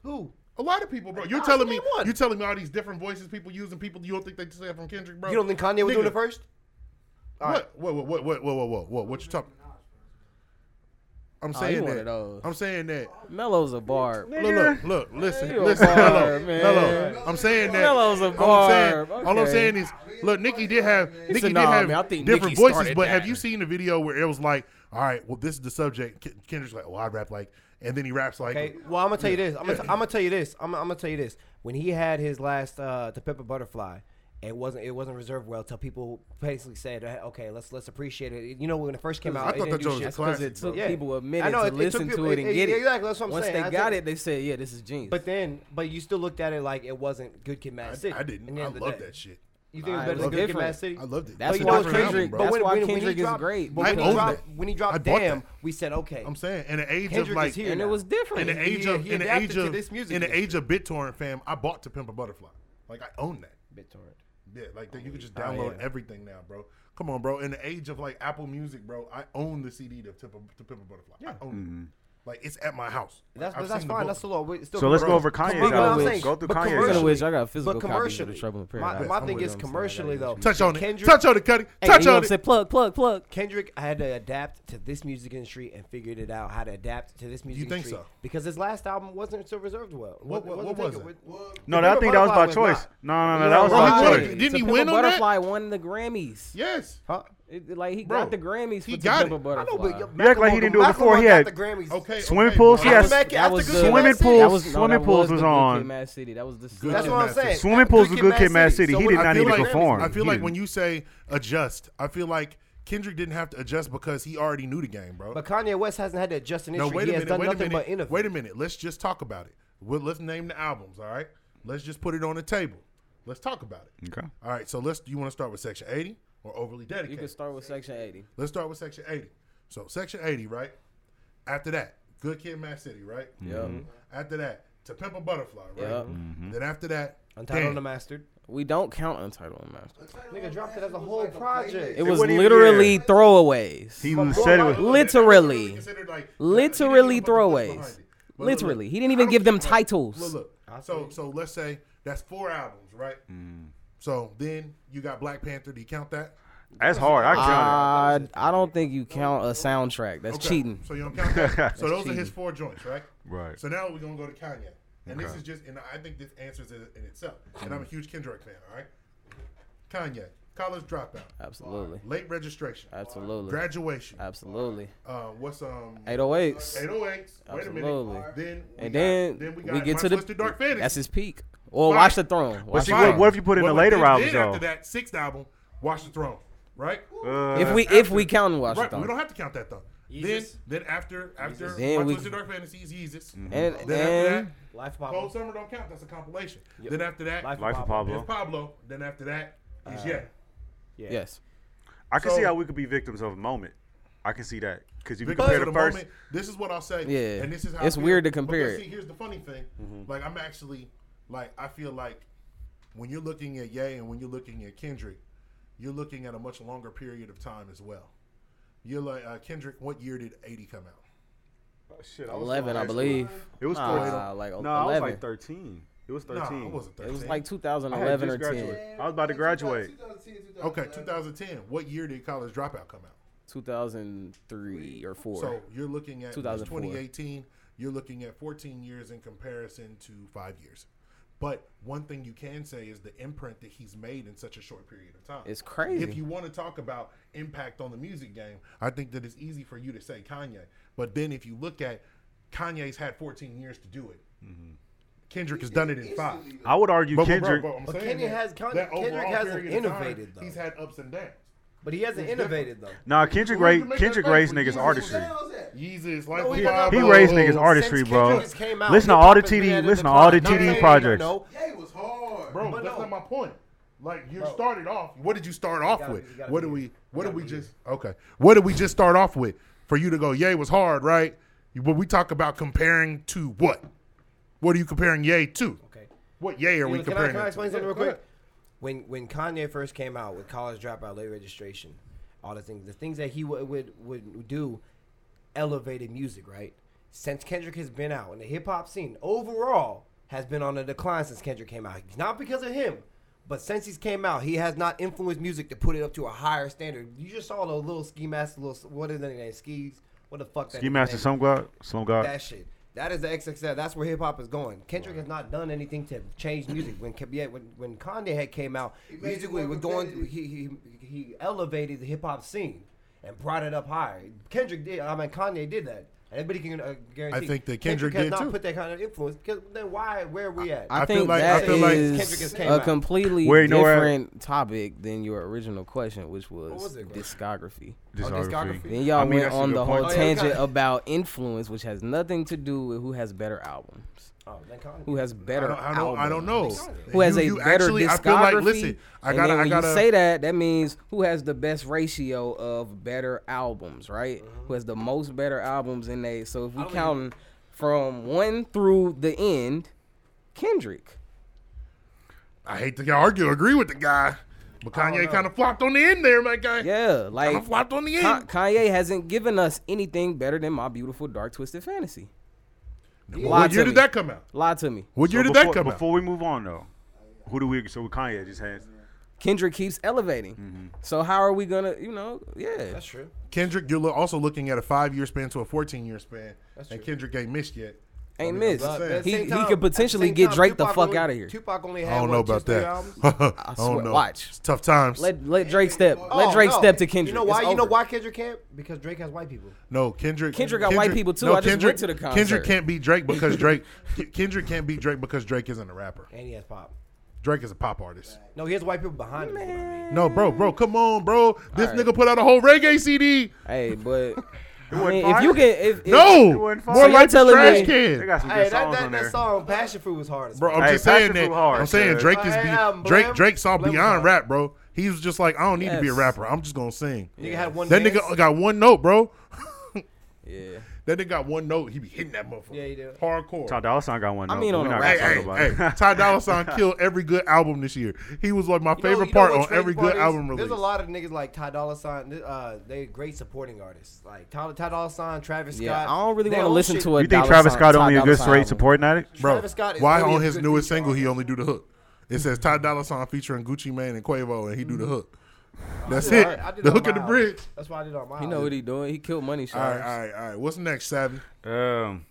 Who? A lot of people, bro. You're Nah, telling give me, me one. you're telling me all these different voices people use and people you don't think they just have from Kendrick, bro. You don't think Kanye was Nigga, doing it first? What? What? What? What? What? What? What? What? What? What you talking? I'm Oh, you saying one of that. those. I'm saying that. Melo's a barb. Look, look, look, listen, you a listen, barb, hello, man. hello. I'm saying that. Melo's a All I'm saying, barb, all I'm okay. saying is, look, Nicki did have, Nicki said, did "Nah, have man, I think different Nicki voices, started but have that." you seen the video where it was like, all right, well, this is the subject. Ken- Kendrick's like, well, I rap like, and then he raps like, Okay. Well, I'm gonna tell you this. I'm gonna, t- I'm gonna tell you this. I'm, I'm gonna tell you this. When he had his last uh, "To Pimp a Butterfly," it wasn't it wasn't reserved well till people basically said, "Eh, "Okay, let's let's appreciate it." You know, when it first came out, I it thought didn't that do joint was shit. That's because Classic, it took bro. Yeah. people a minute I know, it- to it took listen people- to it and it- get it. exactly, that's what I'm Once saying. they I got took- it, they said, "Yeah, this is genius." But then, but you still looked at it like it wasn't Good Kid, I, Mad City. I At didn't. the I end of the love day. that shit. You think it was Nah, better it than was Good Kid, Mad different. City? I loved it. That's But a when different Kendrick- album, bro. But That's when, why when, when he Kendrick is dropped, great. But I when he own dropped, that. when he I dropped bought Damn, that. we said okay. I'm saying, in the age of Kendrick like, is here and it now. was different. in the age He- of he in the adapted age to of this music in the industry. age of BitTorrent fam, I bought to Pimp a Butterfly. Like I own that. BitTorrent. Yeah, like that you can just download Oh, yeah. everything now, bro. Come Mm-hmm. on, bro. In the age of like Apple Music, bro, I own the CD to Pimp a, to Pimp a Butterfly. I own Like it's at my house. Like, That's I've that's seen the fine. book. That's the law. We, still So let's commer- go over Come on, Kanye's but I'm album. saying- Go through but Kanye's. commercially- Speaking of which, I got physical But copies of the commercially, Trouble in my, Paradise. my I'm thing with is them, so I gotta commercially get though. you. touch on Kendrick- it. Touch on it, Cuddy. Hey, touch you know on what I'm it. saying? Plug, plug, plug. Kendrick had to adapt to this music industry and figured it out how to adapt to this music think industry. so? Because his last album wasn't so reserved well. What- what- what was taken it? with- no, that, I think that was by Butterfly choice. No, no, no, Yeah, that was Bro, Bro, by he why? won, choice. Wait, didn't he Pimp a win on that? Butterfly won the Grammys. Yes. Huh? It- like he Bro, got the Grammys he got for got it. I know, Butterfly. but That Macklemore- act like he didn't do it before. He Macklemore had- got the Grammys. Okay. Swimming okay, pools, bro. he has- Mac- that after was Good the- Kid, Swimming Mad City. pools. That was, no, Swimming that Pools the was Good on. Kid, Mad City. That was the. Good That's Kid, what I'm Mad saying. City. Swimming After pools Good is Kid, Good Mad Kid, Mad City. He So did I not feel need to like- perform. I feel He like didn't. when you say adjust, I feel like Kendrick didn't have to adjust because he already knew the game, bro. But Kanye West hasn't had to adjust an No, industry. wait he a has minute. done Wait a nothing minute. but innovate. Wait a minute. Let's just talk about it. Well, let's name the albums. All right. Let's just put it on the table. Let's talk about it. Okay. All right. So let's. You want to start with Section 80 or overly You can dedicated? start with Section 80. Let's start with Section 80. So Section 80, right? After that, Good Kid, Mad City, right? Yeah. After that, To Pimp a Butterfly, right? Mm-hmm. Yeah. Then after that, Untitled damn. and Mastered. We don't count Untitled and Master. Nigga dropped it as a whole project. It was wasn't even- literally yeah. throwaways. He said it was. Literally. That's really considered, like, Literally he didn't even put the push behind throwaways. it. But look, Literally. look, He didn't I even don't give them care. titles. Look, look. So so let's say that's four albums, right? Mm. So then you got Black Panther. Do you count that? That's hard. I counted. I, I don't think you count a soundtrack. That's Okay. cheating. So you don't count (laughs) that. so those are his cheating. four joints, right? Right. So now we're gonna go to Kanye, and this Okay. is just, and I think this answers it in itself. And Mm. I'm a huge Kendrick fan. All right. Kanye, college dropout, Absolutely. late registration, Absolutely. graduation. Absolutely. Uh, what's um? 808s. 808s. Wait a Absolutely. minute. Then we got- And then, we, we, got get My to the Twisted Dark Fantasy. That's his peak. Or Fine. Watch the Throne. But Watch see, the what, Throne. what if you put in the Well, later then- albums then though? After that sixth album, Watch the Throne, right? Uh, If we if we count Watch the right. Throne. We don't have to count that though. Yeezus. Then, then after after Then My we- Twisted Dark Fantasies, Yeezus. And, Then after and that, Life of Cold Pablo. Summer don't count. That's a compilation. Then after that, Life, Life of is Pablo. Pablo. Then after that is yeah. yes. I can So- see how we could be victims of a moment. I can see that because you Because compare of the the first. moment, this is what I'll say. Yeah. and this is how I It's feel. weird to compare Because, it. See, here's the funny thing. Mm-hmm. Like I'm actually, like I feel like when you're looking at Ye and when you're looking at Kendrick, you're looking at a much longer period of time as well. You're like uh, Kendrick. What year did '80 come out? Shit, I was Eleven, I like- believe. It was nah, like No, I was eleven. like thirteen. It was No, thirteen. it wasn't 13. It was like I had 2011 or just 10. graduated. I was about to graduate. 2010, okay, 2011. 2010. What year did College Dropout come out? 2003 or four. So you're looking at 2004. 2018. You're looking at 14 years in comparison to five years. But one thing you can say is the imprint that he's made in such a short period of time. It's crazy. If you want to talk about impact on the music game, I think that it's easy for you to say Kanye. But then if you look at Kanye's had 14 years to do it. Mm-hmm. Kendrick has done it in five. I would argue But, but, bro, Kendrick. but I'm But saying Kanye that- has- Kanye- that Kendrick overall hasn't period of time, innovated, though. He's had ups and downs. But he hasn't innovated though. Nah, Kendrick Well, you raised can make that Kendrick fight raised for niggas Yeezus. artistry. Yeezus, like No, he got He Bro, raised "Oh, niggas since artistry, bro. Kendrick came out, Listen to hip-hop all the has been TD. at a Listen to all the decline. No, no, TD no, projects. no. Ye was hard. Bro, But that's no. not my point. Like you started off. What did you start off gotta- with? you gotta What be- do we? What did gotta we be just? Okay. What did we just start off with? For you to go, yay was hard, right? You- But we talk about comparing to what? What are you comparing yay to? Okay. What yay are You we know, can, I, comparing? can I it explain to? something real Go ahead. quick? When when Kanye first came out with college dropout, late registration, all the things, the things that he would would, would do, elevated music, right? Since Kendrick has been out, and the hip hop scene overall has been on a decline since Kendrick came out. Not because of him, but since he's came out, he has not influenced music to put it up to a higher standard. You just saw the little ski master, little what is that name? Skis. What the fuck? that Ski nigga Master name is? Slum God. Slum God. that shit. That is the XXL. That's where hip hop is going. Kendrick has not done anything to change music. When Ke- yeah, when when Kanye had came out, made music it was, more was going. competitive. He, he he elevated the hip hop scene and brought it up higher. Kendrick did. I mean, Kanye did that. Everybody can uh, guarantee. think that Kendrick has did not too. put that kind of influence. 'cause Then why? Where are we at? I, I feel think like- that I feel like- is Kendrick just came a out. completely Where you know where- different topic than your original question, which was, was it, bro? discography. discography. Then y'all I mean, went that's a on good the point. whole Oh, yeah, tangent Kanye. about influence, which has nothing to do with who has better albums, oh, then Kanye. who has I better don't, I don't, I don't know. albums, Who has You- a you better actually- discography? I feel like, listen, I And gotta, then I when gotta you say that, that means who has the best ratio of better albums, right? Mm-hmm. Who has the most better albums in a? So if we counting from one through the end, Kendrick. I hate to argue, agree with the guy, But I don't Kanye know. kind of flopped on the end there, my guy. (laughs) Yeah, kind like of flopped on the end. Ka- Kanye hasn't given us anything better than my beautiful dark twisted fantasy. Lie what to year me. did that come out? Lie to me. What So year did before, that come out? Before we move on, though, who do we? So Kanye just has. Kendrick keeps elevating. Mm-hmm. So how are we gonna, you know? Yeah, That's true. Kendrick, you're lo- also looking at a five year span to a 14 year span. That's and true. Kendrick ain't missed yet. ain't mean, missed. I'm But at the He same he time- could potentially at the get same time, Drake the Tupac fuck only- outta here. Tupac only had I don't what, know two, about three that. albums? (laughs) I swear- don't know. watch. It's tough times. Let let Drake step. Oh, Let Drake no. step to Kendrick. You know It's why? You know over. why Kendrick can't? Because Drake has white people. No, Kendrick. Kendrick got white people, too. I just went to the concert. Kendrick can't beat (laughs) Drake because Drake. Kendrick can't beat Drake because Drake isn't a rapper. And he has pop. Drake is a pop artist. No, he has white people behind him. is what I mean. No, bro, bro, come on, bro. This All right. nigga put out a whole reggae CD. (laughs) Hey, but I wasn't mean, fire? if you can, if, if No, more wasn't fire. So like you're the trash telling They can. got some good Hey, that, songs that, on there. that song Passion Fruit was hard as Bro, I'm Hey, just saying Passion that. Fruit hard, I'm saying cuz. Drake is Hey, um, Blem- be, Drake. Drake saw Blem's hard. beyond rap, bro. He was just like, I don't need to be a Yes. rapper. I'm just gonna sing. nigga had one. That dance. nigga got one note, bro. yeah, That nigga got one note. He be hitting that motherfucker. Yeah, he do. Hardcore. Ty Dolla Sign got one. I though, mean, but on we're a not Hey, gonna talk about hey, it. hey. Ty (laughs) Dolla Sign killed every good album this year. He was like my You know- favorite you know part what's on crazy every part good is? album release. There's a lot of niggas like Ty Dolla Sign. Uh, they great supporting artists like Ty, Ty Dolla Sign, Travis Scott. yeah. I don't really They want to own listen shit. to it. You think Travis Scott only a good straight supporting addict? Bro, Travis Scott is why really on a his good newest feature single he artist. only do the hook? It says Ty Dolla Sign featuring Gucci Mane and Quavo, and he do the hook. That's did- it. Mm-hmm. I- I did the on hook of the mine. bridge. That's why I did on my. You know what he doing? He killed money All right, shots. all right, all right. What's next, Savvy? Um,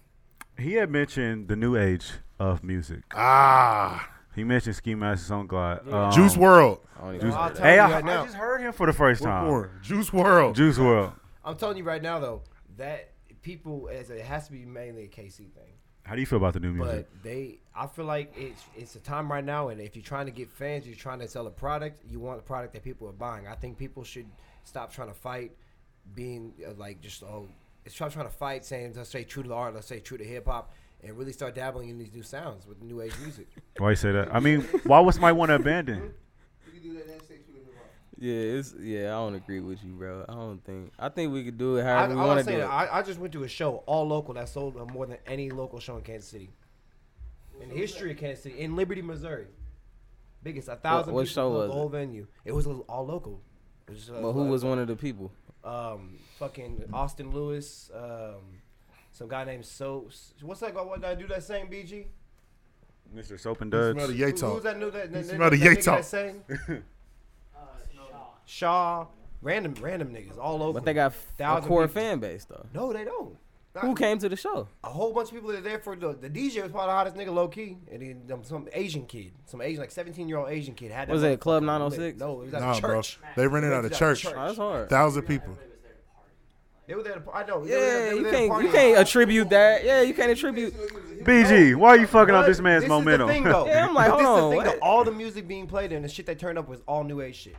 he had mentioned the new age of music. Ah, He mentioned Ski Master Song Glide. Um, Juice World. I don't even Juice. know I'll that. tell Hey, you I, right I now. just heard him for the first What time. more? Juice World. Juice World. I'm telling you right now though that people as it has to be mainly a KC thing. How do you feel about the new music? But they, I feel like it's it's a time right now, and if you're trying to get fans, you're trying to sell a product. You want a product that people are buying. I think people should stop trying to fight, being uh, like just oh, stop trying to fight, saying let's stay true to the art, let's stay true to hip hop, and really start dabbling in these new sounds with new age (laughs) music. why you say that? I mean, why would somebody want to abandon? You can do that next section with hip hop. Yeah, it's, yeah, I don't agree with you, bro. I don't think. I think we could do it I, however I, we want was to do saying, it. I, I just went to a show all local that sold more than any local show in Kansas City, in the history of Kansas City, in Liberty, Missouri. Biggest, a thousand what show people filled was the it? whole venue. It was all local. It was, uh, But who was one of the people? um, fucking Austin Lewis, um, some guy named So. What's that guy? What guy do that sang? BG? Mr. Soap and Smell Duds. Who, the yay who's talk. that new that, that, that, smell the that yay nigga talk. that (laughs) sang? Shaw, random random niggas all over. But they got a Thousand core people. fan base though. no, they don't. Not- Who came to the show? A Oh, whole bunch of people that are there for the, the DJ was probably the hottest nigga low key, and then um, some Asian kid, some Asian like seventeen year old Asian kid had. That Was it motherfucker Club lit. 906? No, it was at Nah, a bro. church. They rented They out a did church. church. Oh, that's hard. Thousand people. They were there. To, I know. they were there- they Yeah, were you there to can't party. you can't attribute that. Yeah, you can't attribute. BG, why are you fucking up But this man's is the momentum? thing, (laughs) though. Yeah, I'm like, But this hold is the on, thing, though. what? All the music being played and the shit they turned up was all new age shit.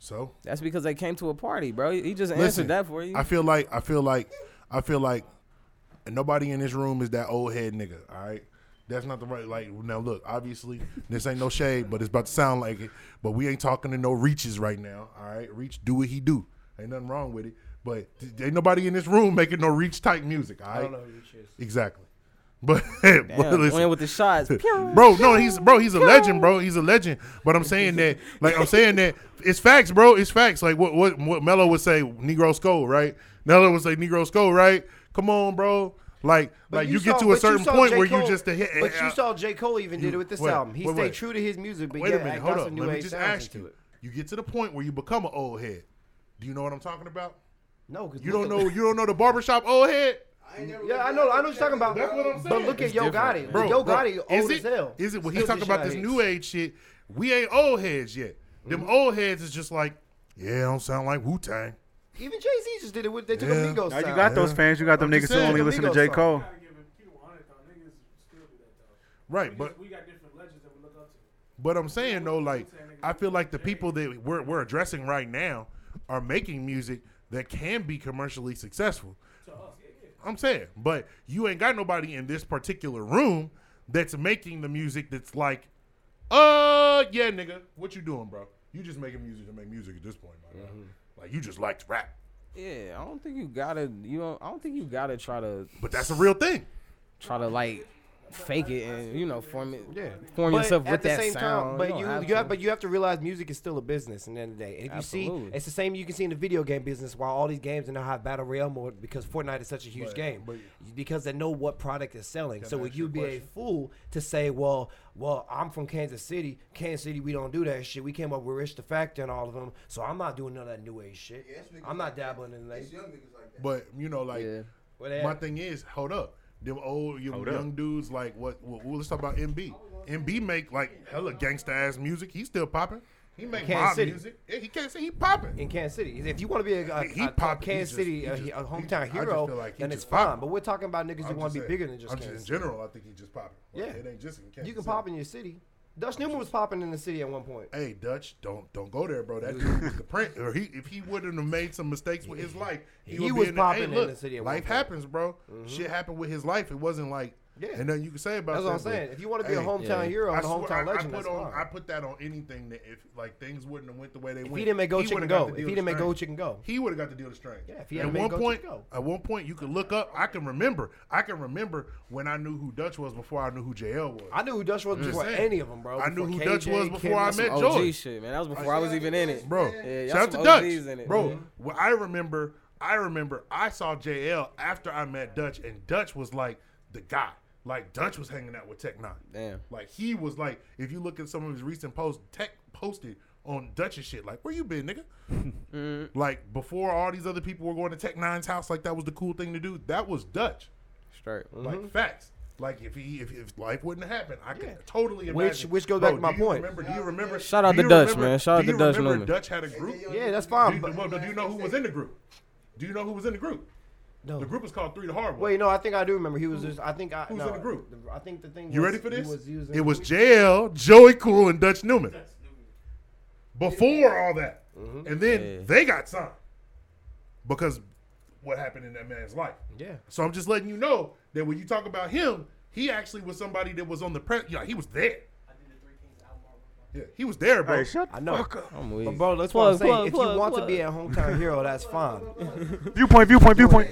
So That's because they came to a party, bro. He just answered Listen, that for you. I feel like I feel like I feel like nobody in this room is that old head nigga. All right, that's not the right. Like now, look, obviously this ain't no shade, but it's about to sound like it. But we ain't talking to no reaches right now. All right, reach do what he do. Ain't nothing wrong with it. But th- ain't nobody in this room making no reach type music. All right, I don't know who this is. exactly. But, (laughs) Damn, but listen, went with (laughs) the shots. Pew. bro. No, he's bro. He's a legend, bro. He's a legend. But I'm saying that, like, I'm saying that it's facts, bro. It's facts. Like what what what Mello would say, Negro skull, right? Mello would say, Negro skull, right? Come on, bro. Like like you, get saw- to a but certain saw point J. where you Cole- just a hit. uh, But you saw J. Cole even did it with this wait, album. He wait, stayed wait. true to his music, but Wait yeah, a got minute, hold some up. new Let me age just sounds ask into you. it. You get to the point where you become an old head. Do you know what I'm talking about? No, because You don't know. You don't know the barbershop old head. I ain't never Yeah, I know. I know what you're talking about. That's what I'm But saying. look at It's Yo different, Gotti. bro. Yo bro, Gotti, is old it, as hell. Is it when Still he's talking just about shot Mm-hmm. this hits. new age shit? We ain't old heads yet. Them old heads is just like, yeah, I don't sound like Wu Tang. Even Jay Z just did it with. They took Yeah. Amigos. Now you sound. got those fans. You got them I'm niggas just who saying, only the listen to Migos J song. Cole. Gotta give it Q 100 though. Niggas still do that though. Right, but we got different legends that we look up to. but I'm saying though, like I feel like the people that we're we're addressing right now are making music that can be commercially successful. I'm saying, but you ain't got nobody in this particular room that's making the music that's like, uh, yeah, nigga, what you doing, bro? You just making music to make music at this point, my guy. Like you just liked rap, Yeah, I don't think you gotta. You don't. I don't think you gotta try to but that's a real thing. try to like fake it and you know form it, Yeah. form yourself with at the that same sound. Time, but don't you, have you have, to. but you have to realize music is still a business. In the end of the day, and if you see, Absolutely. it's the same you can see in the video game business. While all these games and now have battle royale mode because Fortnite is such a huge But- game, but- because they know what product is selling. Can I So ask would you you a be a question? fool to say, well, well, I'm from Kansas City. Kansas City, we don't do that shit. We came up with Rich the Factor and all of them. So I'm not doing none of that new age shit. Yeah, it's niggas I'm not like that. dabbling in that. It's young niggas like that. But you know, like Yeah. Where they my at? thing is, hold up, them old you Hold young up. dudes like what? what well, let's talk about MB. MB make like hella gangsta ass music. He's still popping. He make Kansas mob City. music. Yeah, he can't say he popping. in Kansas City. If you want to be a, a, He a popped- he Kansas just- City, uh, a, he just- a he hometown just- I just hero, feel like he then it's just fine. popped. But we're talking about niggas who I'm want to be just saying. bigger than just I'm Kansas. in general. I think he just popping. Like, Yeah. it ain't just in Kansas. you can City. pop in your city. Dutch Newman was popping in the city at one point. Hey Dutch, don't don't go there, bro. That dude was the print, or he if he wouldn't have made some mistakes with his life, he, He would was be in the, popping hey, in look, the city at one point. life Mm-hmm. happens, bro. Shit happened with his life. It wasn't like Yeah. and nothing you can say about That's that, what I'm but, saying. If you want to be a hey, hometown Yeah. hero I and a swear, hometown I, legend, I put that's on I fine. put that on anything that if like things wouldn't have went the way they went. he didn't make Go Chicken would've got Go. to If deal he with didn't make Go strange. Chicken Go. he would have got to deal with strange. Yeah, if he at hadn't made one Go point, Chicken Go. at one point you could look up. I can remember. I can remember when I knew who Dutch was before I knew who JL was. I knew who Dutch was just before saying. any of them, bro. I knew Before who KJ, Dutch was Kim- before I met OG Joy. shit, man. That was before I, was even in it, Bro, Yeah, y'all shout out to some Dutch, OGs in it, bro. man. Well, I remember, I remember, I saw JL after I met Dutch, and Dutch was like the guy. Like Dutch was hanging out with Tech Nine. Damn. Like he was like, if you look at some of his recent posts, Tech posted on Dutch's shit. Like, where you been, (laughs) nigga? Mm-hmm. like before all these other people were going to Tech Nine's house, like that was the cool thing to do. That was Dutch. Straight. Mm-hmm. Like facts. Like if he if, if life wouldn't have happened, I could totally imagine. Which- which goes Bro, back to my do you point. Remember, do you remember? Shout out do to you Dutch, remember- man. Shout out do you to Dutch remember Newman. Dutch had a group. Yeah, that's Do fine. you, But, well, do you know who was in the group? Do you know who was in the group? The no. group was called Three to Hard One. Wait, no, I think I do remember. He was just. I think I. Who's no, in the group? I think the thing. you was ready for he this? Was using it was JL, Joey Cool, and Dutch Newman. Before all that, and then Mm-hmm. Yeah. they got signed because what happened in that man's life. Yeah. So I'm just letting you know that when you talk about him, he actually was somebody that was on the press. Yeah, he was there. Yeah, he was there, bro. Hey, shut I know. I'm But weak. bro, that's what I'm saying. if you want to be a hometown hero, that's fine. viewpoint, viewpoint, viewpoint.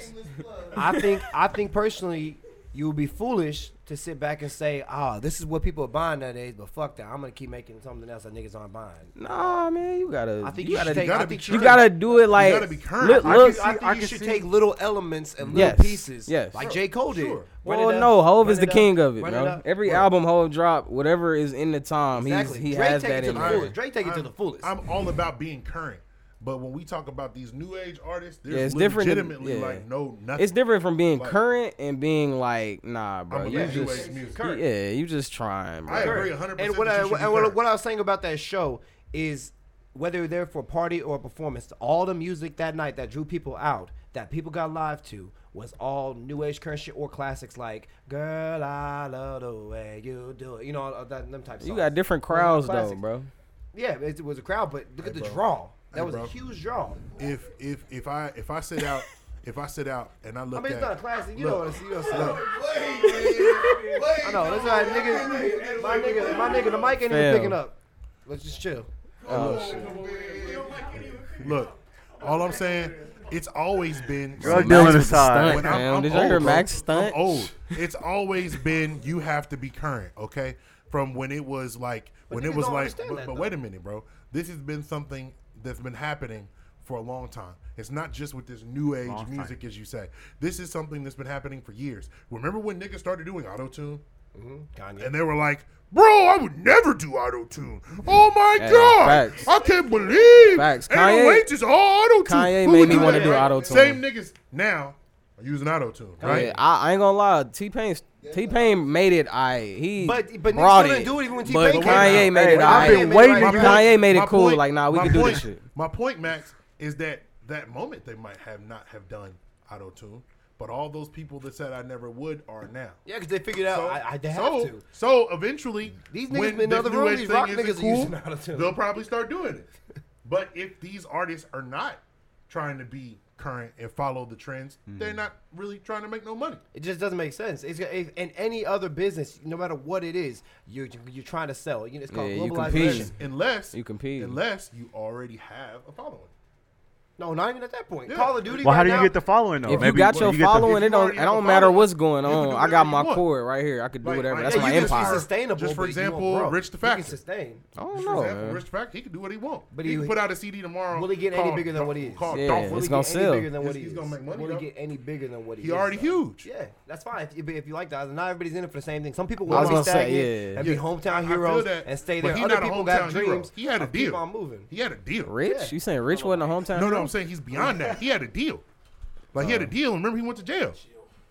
I think I think personally, you would be foolish to sit back and say, "Ah, this is what people are buying nowadays." But fuck that, I'm gonna keep making something else that niggas aren't buying. Nah, man, you gotta. I think you you, gotta. should take. gotta I be think current. you gotta do it like. gotta be current. Look, I, look. think- I think I you can should see- take little elements and little Yes, pieces, yes. like J. Cole did. sure. Run well, it up, no, Hove run is the up, king of it, run bro. up. Every Run it up. album Hove drop, whatever is in the time, exactly. he's, he Drake has take it that to in the there. fullest. Drake take it to I'm- the fullest. I'm all about being current, but when we talk about these new age artists, there's Yeah, it's different than- legitimately yeah. like no nothing. It's different from being Like- current and being like, nah, bro. I'm You about new just, age music. yeah, you just trying, bro. I agree 100. percent and what I and what, what I was saying about that show is whether they're for a party or a performance, all the music that night that drew people out, that people got live to, was all new age current shit or classics like "Girl, I Love the Way You Do It," you know, all that them types. You got different crowds though, bro. Yeah, it was a crowd, but look at the draw. That Hey, was bro. a huge draw. if if if I if I sit out if I sit out and I I look mean, it's at not a classic. You know what I'm you know what I'm saying? Wait, wait. I know. That's all right, nigga. My nigga, my nigga, the mic ain't Fam. even picking up. Let's just chill. look, all I'm saying, it's always been Drug some- dealer Max with the aside. stunt, fam. Did you old, hear bro. Max I'm stunt? old. It's always been you have to be current, okay? From when it was like when it niggas was don't like understand but, that, but though. wait a minute, bro. This has been something that's been happening for a long time. It's not just with this new age Long time. music as you say. This is something that's been happening for years. Remember when niggas started doing auto tune? Kanye. and they were like, "Bro, I would never do auto tune. Oh my Hey, god, facts. I can't believe Facts. Kanye, Kanye- is all auto tune. Kanye made me wanna do auto-tune. Same niggas now are using auto tune, right? Yeah, I, I ain't gonna lie. T Pain, T Pain made it. I he But- but niggas brought couldn't it. do it even when but T-Pain came Kanye out. made Hey, it. I've been aight. waiting Kanye for Kanye point- made my it cool. point- like nah, we my can do point, this shit. My point, Max, is that that moment they might have not have done auto tune, but all those people that said I never would are now. Yeah, because they figured out So, I, I they have so, to. so eventually, These niggas when been in this other new rooms, age these thing rock isn't niggas are (laughs) using cool, autotune. they'll probably start doing it. But if these artists are not trying to be current and follow the trends, Hmm. they're not really trying to make no money. It just doesn't make sense. It's if, in any other business, no matter what it is, you're you're trying to sell. You know, it's called Yeah, you globalization. competing. Unless You compete. unless you already have a following. No, not even at that point. Yeah. Call of Duty. Well, how right do you now- get the following though? If you Maybe got when your get the- following, you it don't already it have don't a matter following, what's going you can do on. I got whatever my you want. cord right here. I could do Like, whatever. like, That's yeah, my you just- empire. He's sustainable. Just for but he won't example, grow. Rich the He can Factor. sustain. I don't Just know, for example, man. Rich Fact, he can do what he wants. But But he, he- can put out a CD tomorrow. Will he get any called- bigger than what he is? called Yeah, Dolph it's Will Lundgren. he gonna get sell. Any bigger than what He's- he he's is? gonna make money, Will though. he get any bigger than what he He is? already though? huge. Yeah, that's fine. If you, if you like that, not everybody's in it for the same thing. Some people I will was be gonna say, stagnant yeah. and Yeah, be hometown I- I feel heroes that, and stay but there. he Other not a people got hometown hero. dreams. He had a of keep deal. on moving. He had a deal. Rich? Yeah. You saying Rich wasn't a hometown? No, no, I'm hero? saying he's beyond that. He had a deal. Like he had a deal, and remember he went to jail.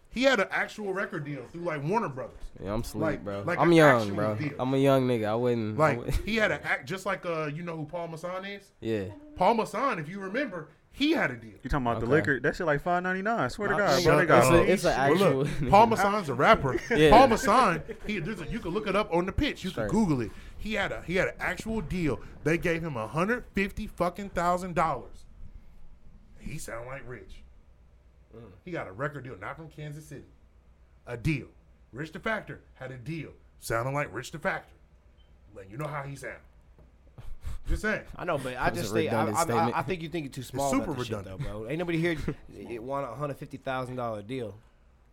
He had an actual record deal through like Warner Brothers. Yeah, I'm sleep, Like- bro. like I'm an young, actual bro. deal. I'm a young nigga. I wouldn't. I Like wouldn't- he had an act just like uh you know who Paul Masson is? yeah. Paul Masson, if you remember, he had a deal. You talking about Okay. the liquor? That shit like five ninety nine. Swear to My God, nigga, bro. They got it's a- it's a hoes. act- Well, actual look, (laughs) nigga. Paul Masson's a rapper. (laughs) Yeah. Paul Masson, he, there's a, you can look it up on the pitch. You Straight. can Google it. He had a he had an actual deal. They gave him a hundred fifty fucking thousand dollars. He sound like Rich. Mm. He got a record deal, not from Kansas City. A deal. Rich the Factor had a deal, sounding like Rich the Factor. Letting you know how he sound. Just saying. I know, but I was just a think I, redundant I, I, statement. I think you think it too small. super about this shit, redundant. though, bro. Ain't nobody here it want a hundred fifty thousand dollar deal.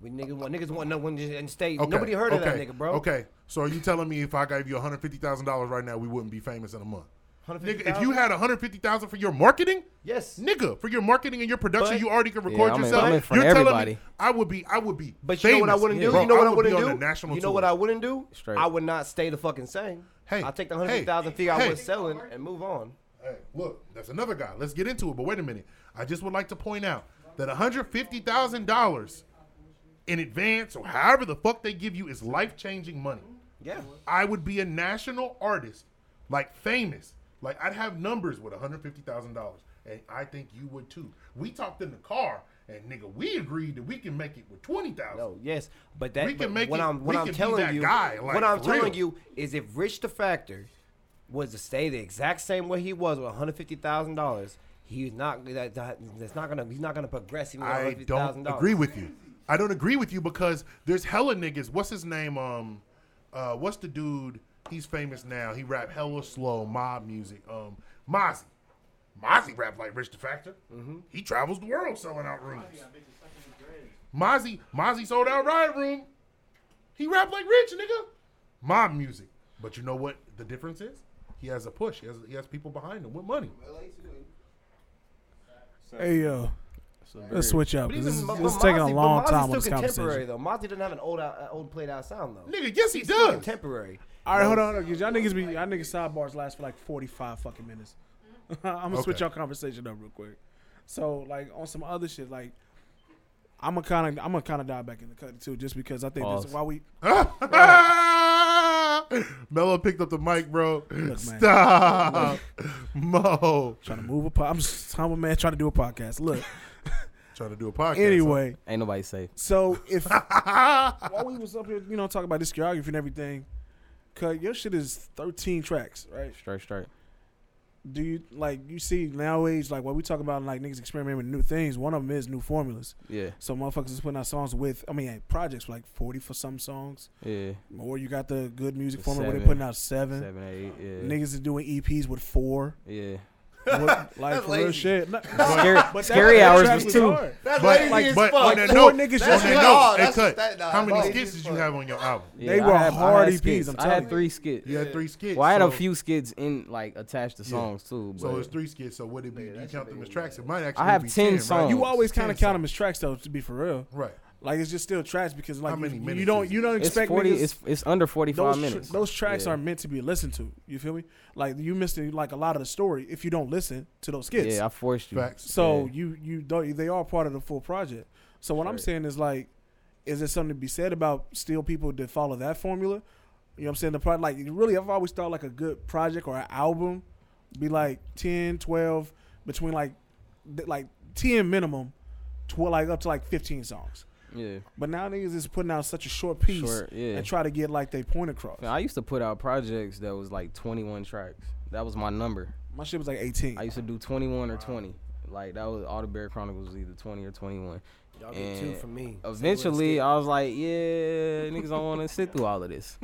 We niggas want niggas want no one just and stay. Okay, Nobody heard of that okay, nigga, bro. Okay, so are you telling me if I gave you one hundred fifty thousand dollars right now, we wouldn't be famous in a month? Nigga, if you had one hundred fifty thousand for your marketing, yes, nigga, for your marketing and your production, But- you already can record I'm in- yourself. I'm in front You're of telling everybody. me I would be, I would be. But you know what I famous. wouldn't do? Bro, you know what I would be wouldn't on do? the national you know tour. what I wouldn't do? Straight. I would not stay the fucking same. Hey, I take the hey, hundred fifty thousand, figure out hey. what's selling, and move on. Hey, look, that's another guy. Let's get into it. But wait a minute. I just would like to point out that one hundred fifty thousand dollars in advance, or however the fuck they give you, is life changing money. Yeah. I would be a national artist, like famous. Like I'd have numbers with one hundred fifty thousand dollars, and I think you would too. We talked in the car, and nigga, we agreed that we can make it with twenty thousand. No, yes, but that We can but make what it- I'm we what can I'm be telling that you, guy, like, what I'm for real. telling you is if Rich the Factor was to stay the exact same way he was with 150 thousand dollars, he's not that, that that's not gonna he's not gonna progress even with I 150 don't thousand dollars. agree with you. I don't agree with you because there's hella niggas. What's his name? Um, uh, what's the dude? He's famous now. He rap hella slow mob music. Um, Mozzie. Mozzie rap like Rich the Factor. Mm-hmm. He travels the world selling out rooms. Mozzie, Mozzie sold out Riot Room. He rap like Rich, nigga. Mob music. But you know what the difference is? He has a push. He has, he has people behind him with money. Hey yo, let's switch up. But even This is, Mo- this is Mozzie- taking a but long Mozzie's time on still this contemporary conversation. though. Mozzie doesn't have an old out- old played out sound though. Nigga, yes, he He's does. Contemporary. All right, hold on, hold on. 'cause y'all niggas be y'all niggas sidebars last for like forty five fucking minutes. (laughs) I'm gonna switch Okay. our conversation up real quick. So like on some other shit, like I'm gonna kind of I'm gonna kind of dive back in the cut too, just because I think Pause. this is why we (laughs) Mello picked up the mic, bro. man. Stop, Mo. trying to move a po- I'm just (laughs) I'm a man trying to do a podcast. (laughs) Look, Trying to do a podcast. anyway, Ain't nobody safe. so (laughs) if while we was up here, you know, talking about this geography and everything, cause your shit is thirteen tracks, right? Straight, straight. do you like you see nowadays like what we talk about like niggas experimenting with new things one of them is new formulas Yeah, so motherfuckers is putting out songs with i mean yeah, projects like 40 for some songs yeah. or you got the good music The formula where they're seven. putting out seven, Seven, eight. Yeah, niggas is doing eps (laughs) with four yeah. What- like for real lazy. (laughs) shit No- Scary, but scary that- hours that was track two. hard. That's But- lazy like- as but fuck. on that Four note, niggas on just That's that not- note, hey, that's- cut. that- nah, how many that's skits lazy did as you fuck. have on your album? Yeah, They I were had- I had hard EPs, skits. I'm I had telling you. three skits. You had three skits. Well, I had a so- few skits in like attached to songs too. But So it's three skits. So would it be? do you count them as tracks? It might actually. I have be 10 Right? songs. you always kind of Ten count songs. them as tracks though to be for real Right. like it's just still tracks because like How many you- you, minutes don't is you it? don't it's expect forty. niggas- It's it's under forty five those tr- minutes. those tracks Yeah. are meant to be listened to. You feel me? Like you missed like a lot of the story if you don't listen to those skits. Yeah, I forced you. Facts. so yeah. you you don't, they are part of the full project. So what I'm Right. saying is like, is there something to be said about still people that follow that formula? You know what I'm saying? The pro- like really, I've always thought like a good project or an album be like 10, 12, between like th- like 10 minimum, to like up to like 15 songs. Yeah. But now niggas is putting out such a short piece Short, yeah. and try to get like they point across. Man, I used to put out projects that was like 21 tracks. That was my number. My shit was like 18. I used to do 21 or 20. Like that was all the Bear Chronicles was either 20 or 21. Y'all get two And from me. Eventually, I was like, yeah, niggas don't want to sit through all of this.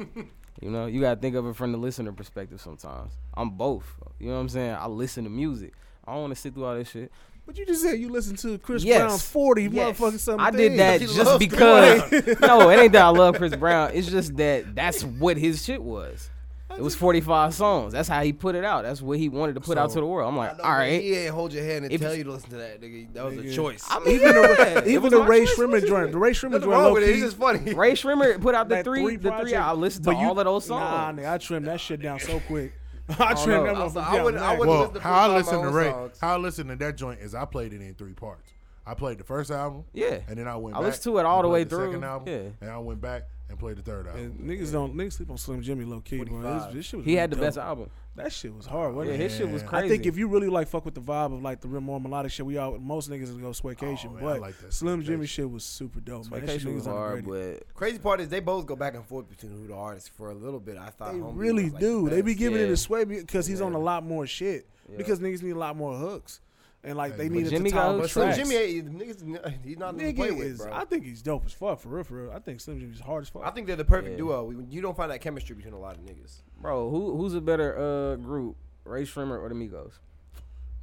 You know, you gotta think of it from the listener perspective sometimes. I'm both. You know what I'm saying? I listen to music. I don't want to sit through all this shit. But you just said you listened to Chris Yes. Brown's 40 Yes. motherfucking something. I did that things. just because. no, it ain't that I love (laughs) Chris Brown. It's just that that's what his shit was. It was 45 songs. That's how he put it out. That's what he wanted to put out So, to the world. I'm I like, know, all but right. He didn't hold your hand and If tell you- you to listen to that, nigga. That was Nigga. a choice. I mean, (laughs) Even yeah, the, it even was the my Ray choice. Schrimmer joint. The Ray Schrimmer Nothing joint. wrong with it. low-key- It's just funny. Ray Schrimmer put out the that three, the three. projects. I listened to But you- all of those Nah, songs. nigga, I trimmed that shit down so quick. (laughs) I don't trimmed know. that I was like, I motherfucker down. wouldn't- I nice. wouldn't- Well, listen to how I Push By listen My to Own Ray, songs. how I listen to that joint is I played it in three parts. I played the first album, Yeah. and then I went. I back listened to it all and the way played through, Second album, yeah. and I went back and played the third album. And niggas don't niggas sleep on Slim Jimmy low key, bro. This, this shit was He had the dope. best album. That shit was hard, Yeah, wasn't it? his shit was Yeah. crazy. I think if you really like fuck with the vibe of like the real more melodic shit, we all most niggas is go swaycation, Oh, man, I but like that Slim Swaycation. Jimmy shit was super dope. Man. That shit Vacation was hard, underrated. but Crazy part is they both go back and forth between who the artist for a little bit. I thought They Homie really was, like, do. the They be best. giving it Yeah. a sway because he's on Yeah. a lot more shit. Yeah. Because niggas need a lot more hooks, and like they But need Jimmy to got top hooks But Slim tracks. Jimmy, eh, niggas, he's not to play Nigga with, is. bro. I think he's dope as fuck for real. For real, I think Slim Jimmy's hard as fuck. I think they're the perfect Yeah. duo. We- You don't find that chemistry between a lot of niggas. bro, who who's a better uh group, Ray Shrimmer or the Migos?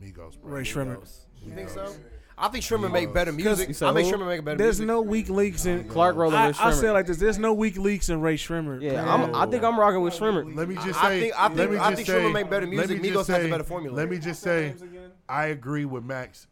Migos, bro. Ray Shrimmer. You think so? I think Shrimmer make better You music. said I think who? Shrimmer make better There's music. no weak links in Clark Roller I, with I say Shrimmer. it like this. There's no weak links in Ray Shrimmer. Yeah, Man. I'm, I think I'm rocking with Shrimmer. Let me just I say. think- I think- let me I just think say, Shimon make better let me music. just Migos has a say- better formula. Let me just say, I agree with Max.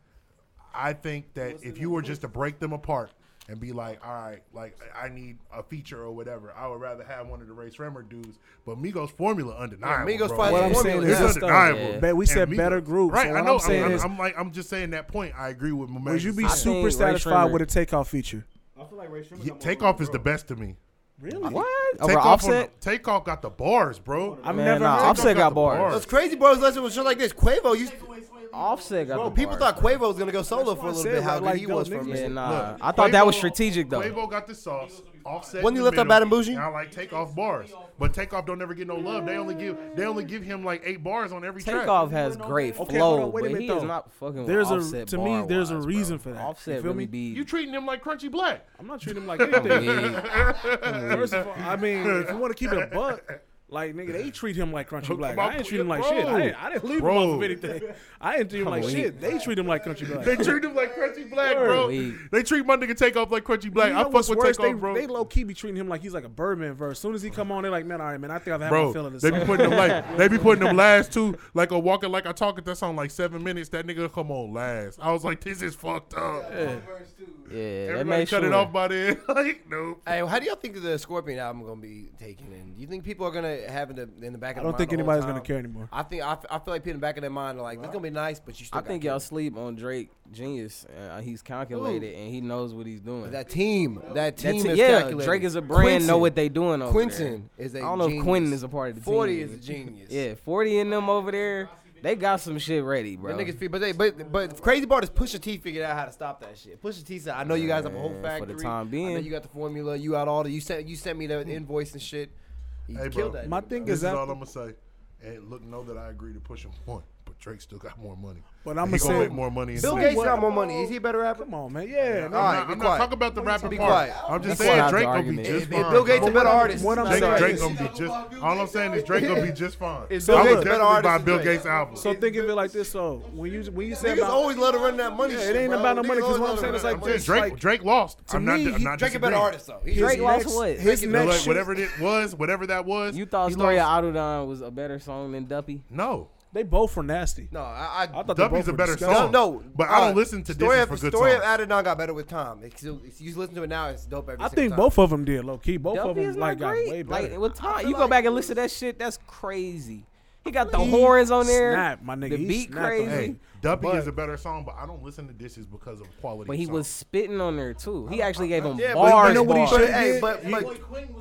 I think that if you were just to break them apart and be like, all right, like I I need a feature or whatever, I would rather have one of the Ray Remmer dudes. But Migos formula undeniable. Yeah, Migos bro. find What the I'm saying formula. is Yeah. this it's stuff. undeniable. Yeah. But we And said Migos- better groups. right? So I what know. I'm saying I'm, is, I'm like, I'm just saying that point. I agree with my would you be I think super Ray satisfied Shrimmer- with a takeoff feature? I feel like Ray Shimmer's yeah, not more Takeoff of a is the bro. best to me. Really? What? Takeoff, Over on Offset? The, takeoff got the bars, bro. I've Man, never. nah, heard I'm Offset got the bars. What's crazy, bro, is listen was shit like this. Quavo used Offset got Bro, the people bars. thought Quavo was gonna go solo for a I little said, bit. How like, good like, he those was for a niggas- Yeah, minute. nah. Look, I thought that was Quavo- strategic though. Quavo got the sauce. Offset. When in you the left out middle, Bad and Bougie? and I like Takeoff bars, but Takeoff don't never get no love. They only give they only give him like eight bars on every track. Takeoff has great Okay, flow, hold on, wait a but minute, he is though. not fucking. with There's a- offset to me, there's a bar-wise, reason bro. for that. You Offset feel really me? be. You treating him like Crunchy Black. I'm not treating him like anything. (laughs) Yeah. First of all, I mean, if you want to keep it a buck, like nigga, they treat him like Crunchy Black. I didn't treat him like shit. I didn't, I didn't leave him off of Bro. anything. I didn't treat him like Come on, shit. They treat him like Crunchy Black. (laughs) They treat him like Crunchy Black, bro. Word. They treat my nigga Takeoff like Crunchy Black. You know I fuck what's with Takeoff, worse? they, bro. They low key be treating him like he's like a Birdman verse. As soon as he come on, they're like, man, all right, man, I think I've had my Bro, feelings. they be putting them (laughs) like they be putting them last two like a walking like I talking that song like seven minutes. That nigga come on last. I was like, this is fucked up. Yeah, they Everybody made cut sure. it off by then. (laughs) like, nope. Hey, how do y'all think the Scorpion album gonna be taken in? Do you think people are gonna have it in the back of their I don't mind think the whole anybody's gonna time? care anymore. I think I, f- I feel like people in the back of their mind are like, this gonna be nice, but you still I got think y'all Kendrick. sleep on Drake genius. Uh, he's calculated and he knows what he's doing. that team. That team That's- is yeah, calculated. Drake is a brand. Know Quincy. what they doing over Quinton is a there. I don't know if genius. Quentin is a part of the 40 team. is a genius. (laughs) Yeah, forty in them over there. They got some shit ready, That bro. niggas feel- but they, but but the crazy part is Pusha T figured out how to stop that shit. Pusha T said, "I know you guys have a whole Man, for factory. the time I know being. you got the formula. You got all the. You sent you sent me the invoice and shit. He Hey, killed bro. that. My nigga, thing This is is that all I'm gonna say. And look, know that I agree to push him (laughs) one, but Drake still got more money. But I'ma He gonna say- make more money. in Bill the- Gates what? got more money. Is he a better rapper? come on, man, yeah. I'm, no, All right, not, be I'm quiet. not talking about the rapping Be part. quiet. I'm just That's not saying the Drake gonna be argument. just If, fine. if Bill Gates bro. a better artist, what I'm it's Drake, not Drake racist. gonna be just. All I'm saying is Drake gonna be just fine. If Bill I Gates would a better definitely buy artist, Bill it's Drake. Gates album. So think of it like this. So when you when you say Niggas about always love to run that money. Yeah, it shit, ain't bro. about no Niggas money, 'cause what always I'm love saying to run Yeah, is that this, Drake, like, Drake lost. to I'm not. me, I'm he- not Drake a better disagreeing. artist though. He's his Drake lost next, what? His Drake next Like, shit- whatever it was, whatever that was. You thought he Story lost. of Autodon was a better song than Duppy? No, They both were nasty. No, I, I, I thought they Duppy's both a were better disgusting. song. no, But I don't uh, listen to story this of for good story songs. of Adidon got better with time. It's- If you listen to it now, it's dope. Every I single think time. both of them did low key. Both of Duffy them is like not got way great. better. Like with I time, feel you go like- back and listen to that shit. That's crazy. He got the horns on there. Snap, my nigga. The he beat snapped on crazy. that. (laughs) Hey, Duppy But- is a better song, but I don't listen to this is because of quality. But he of was songs. spitting on there too. He actually gave him Yeah, but bars. you know what he bars. should- But, hey, but, but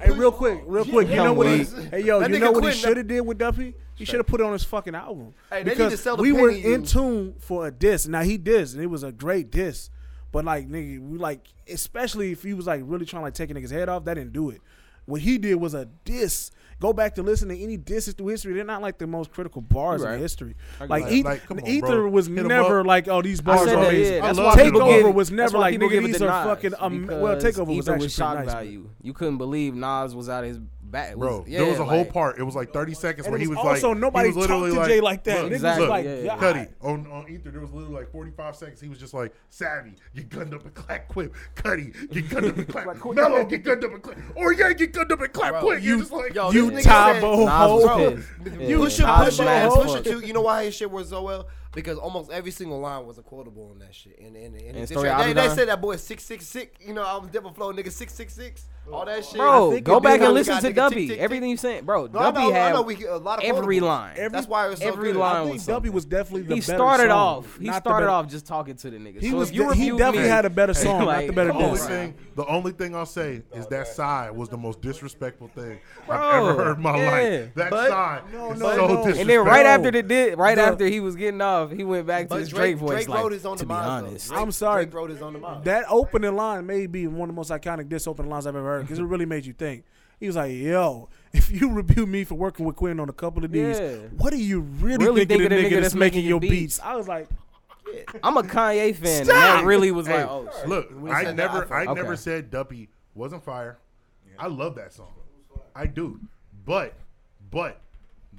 Hey, real quick, real quick. You Come know what on. he? Hey, yo, That you nigga know what he quit. should have did with Duffy? He should have put it on his fucking album. Hey, they need because to sell the we were penny, in you- tune for a diss. Now he dissed, and it was a great diss. But like, nigga, we like, especially if he was like really trying to like take a nigga's head off, that didn't do it. What he did was a diss. Go back to listen to any disses through history. They're not like the most critical bars You in right. history. I Like, that. Eth- Like, come on, Ether bro. was Hit 'em never up. like, oh, these bars said are that, amazing. yeah, that's I why love people Takeover give- was that's never why like, people nigga, give it these to are Nas, fucking am- well, because Takeover was Ether actually shock pretty nice, value. You couldn't believe Nas was out of his back. Bro, was- yeah, there was a whole like, part. It was like 30 seconds And where it he was was also like, nobody he was literally talked to like, Jay like that. Look, Niggas Exactly. look, like, Yeah, "God." Cuddy on on Ether, there was literally like 45 seconds. He was just like, "Savvy, get gunned up and clap quick. Cuddy, get gunned up and clap. Mello, get gunned up and clap. Or yeah, get gunned up and clap Bro, quick." You you- just like, yo, you this nigga top. said- (laughs) Tabo Nas was Ho. pissed. You Yeah, push it, Nas push it, mad as push fuck. it. too. You know why his shit works so well? Because almost every single line was a quotable on that shit. And and, and, And this Story shit- they, they Abidon? said that boy six six six. You know, I was devil flow nigga six six six. All that shit. I Bro, think go it back be- and we listen got to nigga Dubby. tick, tick, Everything you saying, bro. No, I know, Dubby I know had we get a lot of every quotables. line. Every- That's why it was so every good. line I was think something. Dubby was definitely the he better started song, off. He not the started better- off just talking to the nigga. He so was if you de- he reviewed definitely me, had (laughs) a better song, not like, the better come The only dance. thing, the only thing I'll say is that side was the most disrespectful thing I've Bro, ever heard in my yeah. life. That But- side No, is no, so no. disrespectful. And then right Bro, after the did, right the- after he was getting off, he went back to But his Drake, Drake- voice. Drake like, wrote his on to the be mind, though. honest, Drake- I'm sorry. Drake wrote his on the mouth. That opening line may be one of the most iconic diss opening lines I've ever heard because it really made you think. He was like, "Yo, (laughs) if you review me for working with Quinn on a couple of these, Yeah. what do you really, Really think of the nigga, that's, making your your beats?" beats? I was like, I'm a Kanye fan. And that really was Hey, like, oh, shit. look, I said that, never, I I thought- never Okay. said Duppy wasn't fire. I love that song, I do. But, but,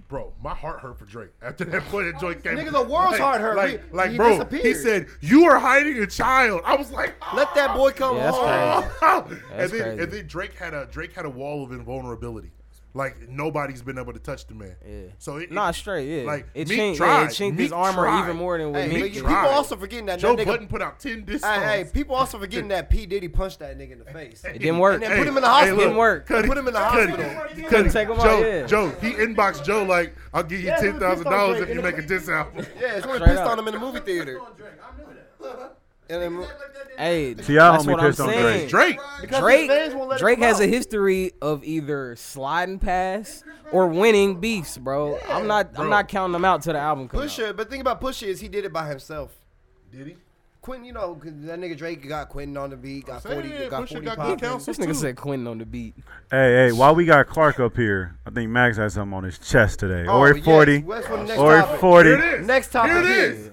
bro, my heart hurt for Drake after that point. That joint came. Nigga, the world's like, heart hurt. Like, We- like, he bro, he disappeared. said you are hiding a child. I was like, (laughs) Let that boy come Yeah, that's home. crazy. and That's then, crazy. and then Drake had a Drake had a wall of invulnerability. Like nobody's been able to touch the man. Yeah. So it, nah, it- straight, yeah. Like it Meek chinked, yeah, tried. it chinked Meek his armor tried. even more than with Hey, me. but Meek you- people tried. also forgetting that Joe that nigga. Button put out ten discs. Hey, hey, people also forgetting that P Diddy punched that nigga in the face. It didn't work. And then put him in the hospital. look, Didn't work. Cuddy, Put him in the Cuddy, hospital. Cuddy, couldn't take him Joe, out, yeah. Joe, he inboxed Joe like, "I'll give you ten thousand dollars if you make a (laughs) diss album." Yeah, someone Straight pissed up. on him in the movie theater. (laughs) And then, hey, y'all that's don't be what I'm pissed on Drake. saying. Drake, Drake, Drake has a history of either sliding past or winning beefs, bro. I'm not, Bro. I'm not counting them out to the album comes out. Pusha, but think about Pusha is he did it by himself. did he? Quentin, you know, 'cause that nigga Drake got Quentin on the beat, got saying, forty, yeah, got Pusha forty got good popping. counsel. This nigga said Quentin on the beat. Hey, hey, while we got Clark up here, I think Max had something on his chest today. Oh, or yes. 40. What's for the next or topic? 40. Here it is. Next topic Here it is. is.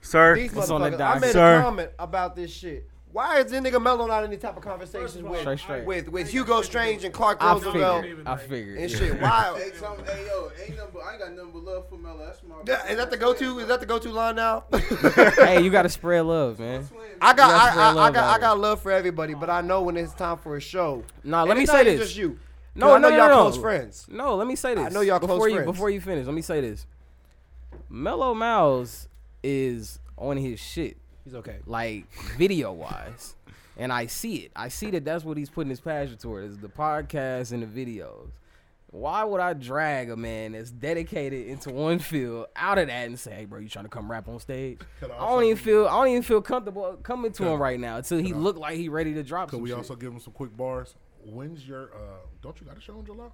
Sir, These It's on the motherfuckers. I docket. made Sir. a comment about this shit. Why is this nigga Mello not in any type of conversations with, Straight, straight. with with Hugo Strange and Clark I Roosevelt figured. I figured. and yeah. shit? Why? (laughs) Hey, some, hey, yo, ain't nothing but, I ain't got nothing but love for Mello. That's my. Is that the go-to? Is that the go-to line now? hey, you gotta spread love, man. (laughs) I got, I, That's their I, I love got, I out got love for everybody, but I know when it's time for a show. Nah, let And me it's say not even this. just you. 'Cause No, I know no, no, y'all no. close friends. No, let me say this. know y'all close before you friends. before you finish. Let me say this. Mellow Miles is on his shit, He's okay. like video wise, and I see it. I see that that's what he's putting his passion toward is the podcast and the videos. Why would I drag a man that's dedicated into one field out of that and say, "Hey, bro, you trying to come rap on stage?" I Could I don't also- even feel. I don't even feel comfortable coming to Could- him right now until he look like he ready to drop. Could some we shit. also give him some quick bars? When's your? uh Don't you got a show in July?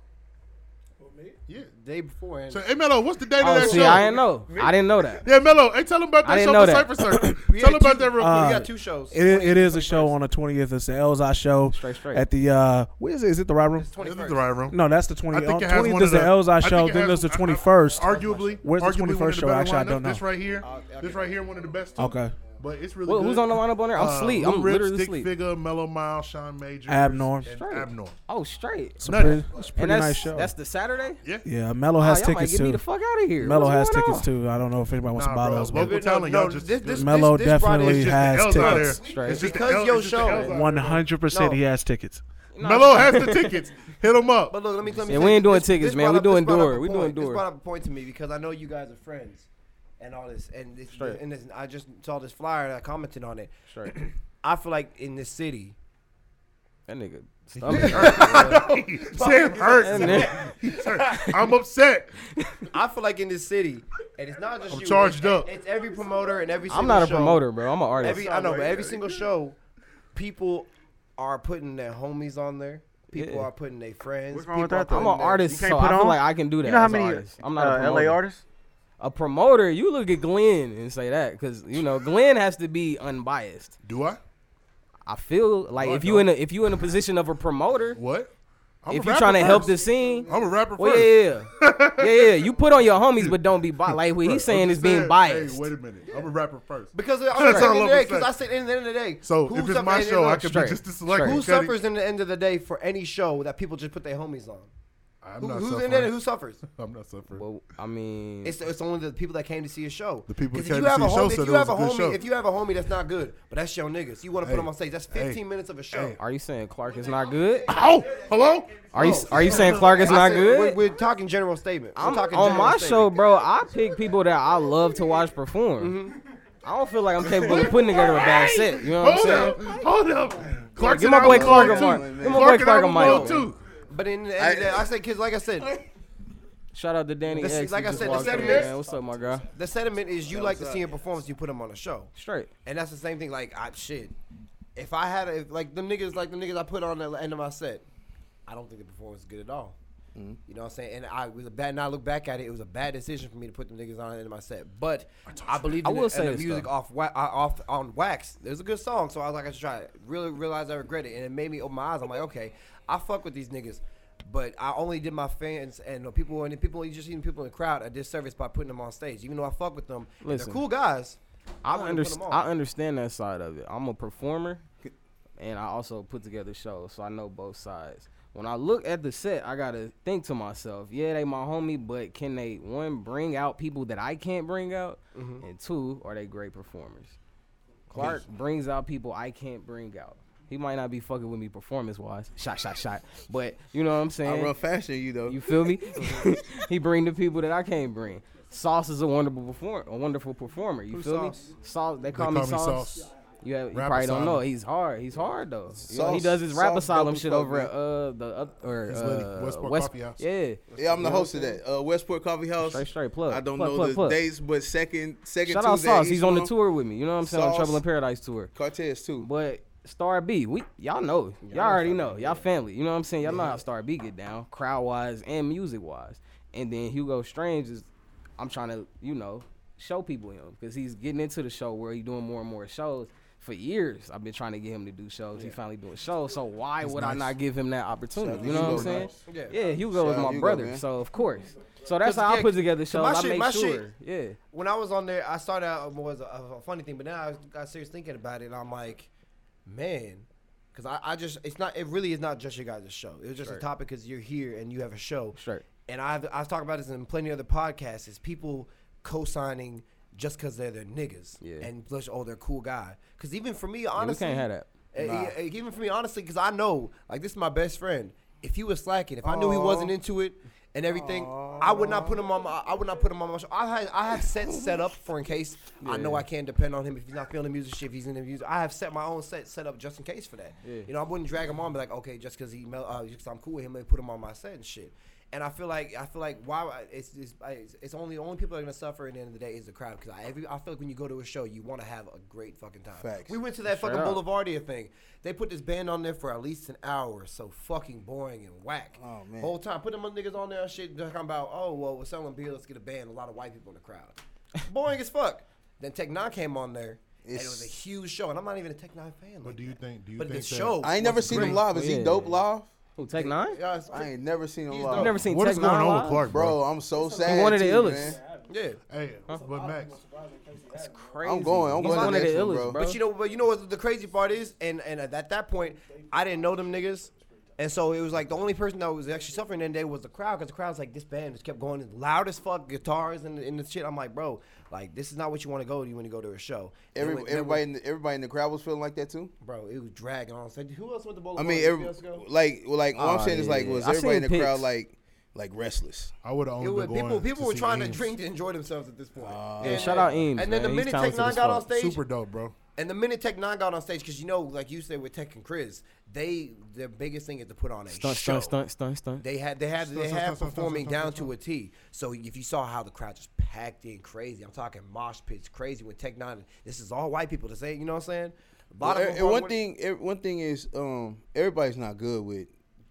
Yeah. Day beforehand. So, hey Mello, what's the date of Oh, that see, show? I didn't know. I didn't know that. Yeah, Mello, hey, tell him about I that didn't show know for that. Cypher Circle. (coughs) tell him about that real quick. Uh, we got two shows. It, i- it is a show on the 20th. It's the Elzai show Straight, straight. at the uh, where is it? Is it the right room? This is the right room. No, that's the 20th. I think it Oh, has 20th one is of the- the I Elzai think show. it Then has- there's the I- I- 21st. Arguably, Where's the arguably one of 21st show? better Actually, I don't lineups. This know. right here, this right here, one of the best. Too. Okay. but it's really Wh- good. Uh, who's on the lineup on there? I'm sleep. Lou I'm Ribs, literally Stick sleep. Figure, Mellow Miles, Sean Major, and Abnorm. Straight. Abnorm. Oh, straight. It's a Nutty. pretty, it's a pretty and that's, nice show. That's the Saturday. Yeah, yeah, Mello Oh, has y'all might tickets get me too. the fuck out of here. Mello has What's going tickets on? too. I don't know if anybody wants to Nah, buy bro. those. Local but talent, y'all just this, this, Mello this, this brought in- definitely just the has L's out tickets. here. Straight. It's just the Because L's, your it's just the show- L's out here. One hundred percent, No. he has tickets. Mello has the tickets. Hit him up. But look, let me let me. Yeah, say we ain't doing this- tickets, this man. brought We up- doing this brought up door. a We point. doing This door. brought up a point to me because I know you guys are friends, and all this, and this, Straight. and this, I just saw this flyer and I commented on it. Straight. (clears throat) I feel like in this city, (laughs) That nigga. stomach. Sam That hurts. nigga- He's hurt. (laughs) I'm upset. I feel like in this city, and it's not just I'm you. charged it's, up. It's every promoter and every. I'm single not a show. uh, promoter, bro. I'm an artist. Every I know, but every single show, people are putting their homies on there. People Yeah. are putting their friends. What's wrong with people that, are though? I'm putting an their- artist, You so can't put I feel on? like I can do that. you know how as an many artist. I'm not uh, a promoter. LA artists? A promoter, you look at Glenn and say that because you know Glenn has to be unbiased. Do I? I feel like No, I if you don't. in a if you in a position of a promoter, What? I'm if a you're rapper trying to help the first. scene, I'm a rapper Well, first. yeah, yeah, yeah, yeah. You put on your homies, but don't be biased. Like what Bruh, he's I'm saying is just being saying, biased. Hey, wait a minute. I'm a rapper first. Because (laughs) at That's the all end of I'm the day, gonna because say. I said, in the end of the day, So who if it's suffer- my and- and show, I look, could be Straight. just as selective. Who Cuddy. suffers in the end of the day for any show that people just put their homies on? I'm Who, not who's suffering. in there and who (laughs) suffers? I'm not suffering. Well, I mean, It's, it's only the people that came to see a show. The people 'Cause that if you came to have see a a show homie, if said it you was have a a good show. homie, if you have a homie that's not good, but that's your niggas, you want to put Hey. them on stage. That's Hey. 15 minutes of a show. Hey. are you saying Clark is not good? oh, hello. Are you are you saying Clark is I not said, good? We're, we're talking general statement. We're I'm talking on general my statement. show, bro. I pick people that I love to watch perform. Mm-hmm. I don't feel like I'm capable of putting together a bad set. You know what I'm Hold saying? up. Hold up. Clark Give and my I boy was Clark going a mark. too. Give my boy Clark and I Clark a was mic. going too. But in the end of the day, I say, kids, like I (laughs) said, Shout out to Danny This- X. like I who just said, the walked in, sentiment- man. What's up, my guy? the sentiment is you like to see a performance, you put them on a show. Straight. And that's the same thing. Like, I shit. If I had a, if, like them niggas, like the niggas I put on at the end of my set, I don't think the performance is good at all. Mm-hmm. You know what I'm saying? And I was a bad. Now I look back at it, it was a bad decision for me to put them niggas on at the end of my set. But I, believe I in will the, in say the this, music though. off wa- uh, off on wax. There's a good song, so I was like, I should try it. Really realized I regret it, and it made me open my eyes. I'm like, okay, I fuck with these niggas. But I only did my fans and the people and the people you just even people in the crowd a disservice by putting them on stage. Even though I fuck with them, and Listen. they're cool guys. I, wouldn't under, put 'em on. I understand that side of it. I'm a performer, and I also put together shows, so I know both sides. When I look at the set, I gotta think to myself, yeah, they my homie, but can they one bring out people that I can't bring out, and two, are they great performers? Clark brings out people I can't bring out. He might not be fucking with me performance wise, shot, shot, shot, but you know what I'm saying. I run faster than you though. You feel me? (laughs) he bring the people that I can't bring. Sauce is a wonderful perform, a wonderful performer. You feel Sauce? me? Sauce. They call, me, sauce. You, have, you Rap probably don't know. Asylum. He's hard. He's hard though. You know, he Sauce- does his rap Sauce asylum dope as shit fuck, over man. at uh the up or He's lit. uh, Westport Coffee House. Yeah, yeah, I'm the host of that. Uh, Westport Coffee House. straight straight plug. I don't plug, know plug, the plug. dates, but second second Shout Tuesday. out Sauce. each He's on the month. tour with me. You know what I'm saying? On Sauce. Trouble in Paradise tour. Cortez too. But Star B, we y'all know, y'all already know, y'all family. You know what I'm saying? Y'all know how Star B get down, crowd wise and music wise. And then Hugo Strange is, I'm trying to you know show people him because he's getting into the show where he's doing more and more shows. For years, I've been trying to get him to do shows. He finally doing shows. So why would I not give him that opportunity? out you to know what I'm Hugo, saying? man. Yeah, Hugo Shout is out my Hugo, brother. man. So of course. So 'Cause, that's how I yeah, put together shows. my I shit- make my shit- sure. Yeah. when I was on there, I started out was a, a funny thing, but now I got serious thinking about it. And I'm like, man, because I, I just it's not it really is not just your guys' show. It was just a topic because you're here and you have a show. Sure. And I've I've talked about this in plenty of other podcasts. Is people co-signing just because they're their niggas Yeah. and plus oh they're cool guy. Because even for me, Yeah, we honestly, can't have that. Eh, eh, even for me, honestly, because I know, like, this is my best friend. If he was slacking, if I knew he wasn't into it and everything, I would not put him on my. I would not put him on my show. I had I have sets set up for in case I know I can't depend on him if he's not feeling the music. Shit, if he's in the music, I have set my own set set up just in case for that. You know, I wouldn't drag him on. Be like, okay, just because he, mel- uh, just 'cause I'm cool with him, let me put him on my set and shit. And I feel like I feel like why would I- it's it's, it's, it's only the only people that are gonna suffer at the end of the day is the crowd because I every I feel like when you go to a show you want to have a great fucking time. Facts. We went to that fucking up. Boulevardia thing. They put this band on there for at least an hour, so fucking boring and whack. Oh, man. whole time put them other niggas on there and shit talking about oh well we're selling beer let's get a band a lot of white people in the (laughs) crowd, boring as fuck. Then Tech Nine came on there. and it It's- was a huge show, and I'm not even a Tech Nine fan. But Like do you that. think? Do you But the think that- show. I ain't never was seen him great. live. Is Yeah. he dope live? Who take nine? Yeah, it's- I ain't never seen him He's live. You never seen What Tech is going Nine on live? with Clark, bro? Bro, I'm so sad. one of the too, illest. man. yeah. Hey, but Max, Crazy. going- I'm He's going one of the next illest, one, bro. bro. But you know, but you know what the crazy part is, and and at that point, I didn't know them niggas, and so it was like the only person that was actually suffering that day was the crowd, because the crowd's like this band just kept going as loud as fuck guitars and and the shit. I'm like, bro, like this is not what you want to go to when you go to a show. They Every, went- they everybody, went- in the, everybody in the crowd was feeling like that too. bro, it was dragging on. So who else went to bowl? I mean, every, like, well, like all Ah, I'm saying is like, yeah. was I everybody in the seen crowd pics. like, like restless? I would have only It was, been going people people to were see trying to Eames. Uh, drink to enjoy themselves at this point. Yeah, shout out Eames, And then the man. He's minute Tech talented Nine as got fuck. on stage, Super dope, bro. And the minute Tech Nine got on stage, because you know, like you said with Tech and Chris, they their biggest thing is to put on a Stunt, show. stunt, stunt, stunt, stunt. They had they had Stunt, they stunt, had stunt, stunt, performing stunt, down stunt, to a T. So if you saw how the crowd just packed in crazy, I'm talking mosh pits crazy with Tech Nine. This is all white people to say, you know what I'm saying? A lot of Well, e- them and are- one thing, e- one thing is, um, everybody's not good with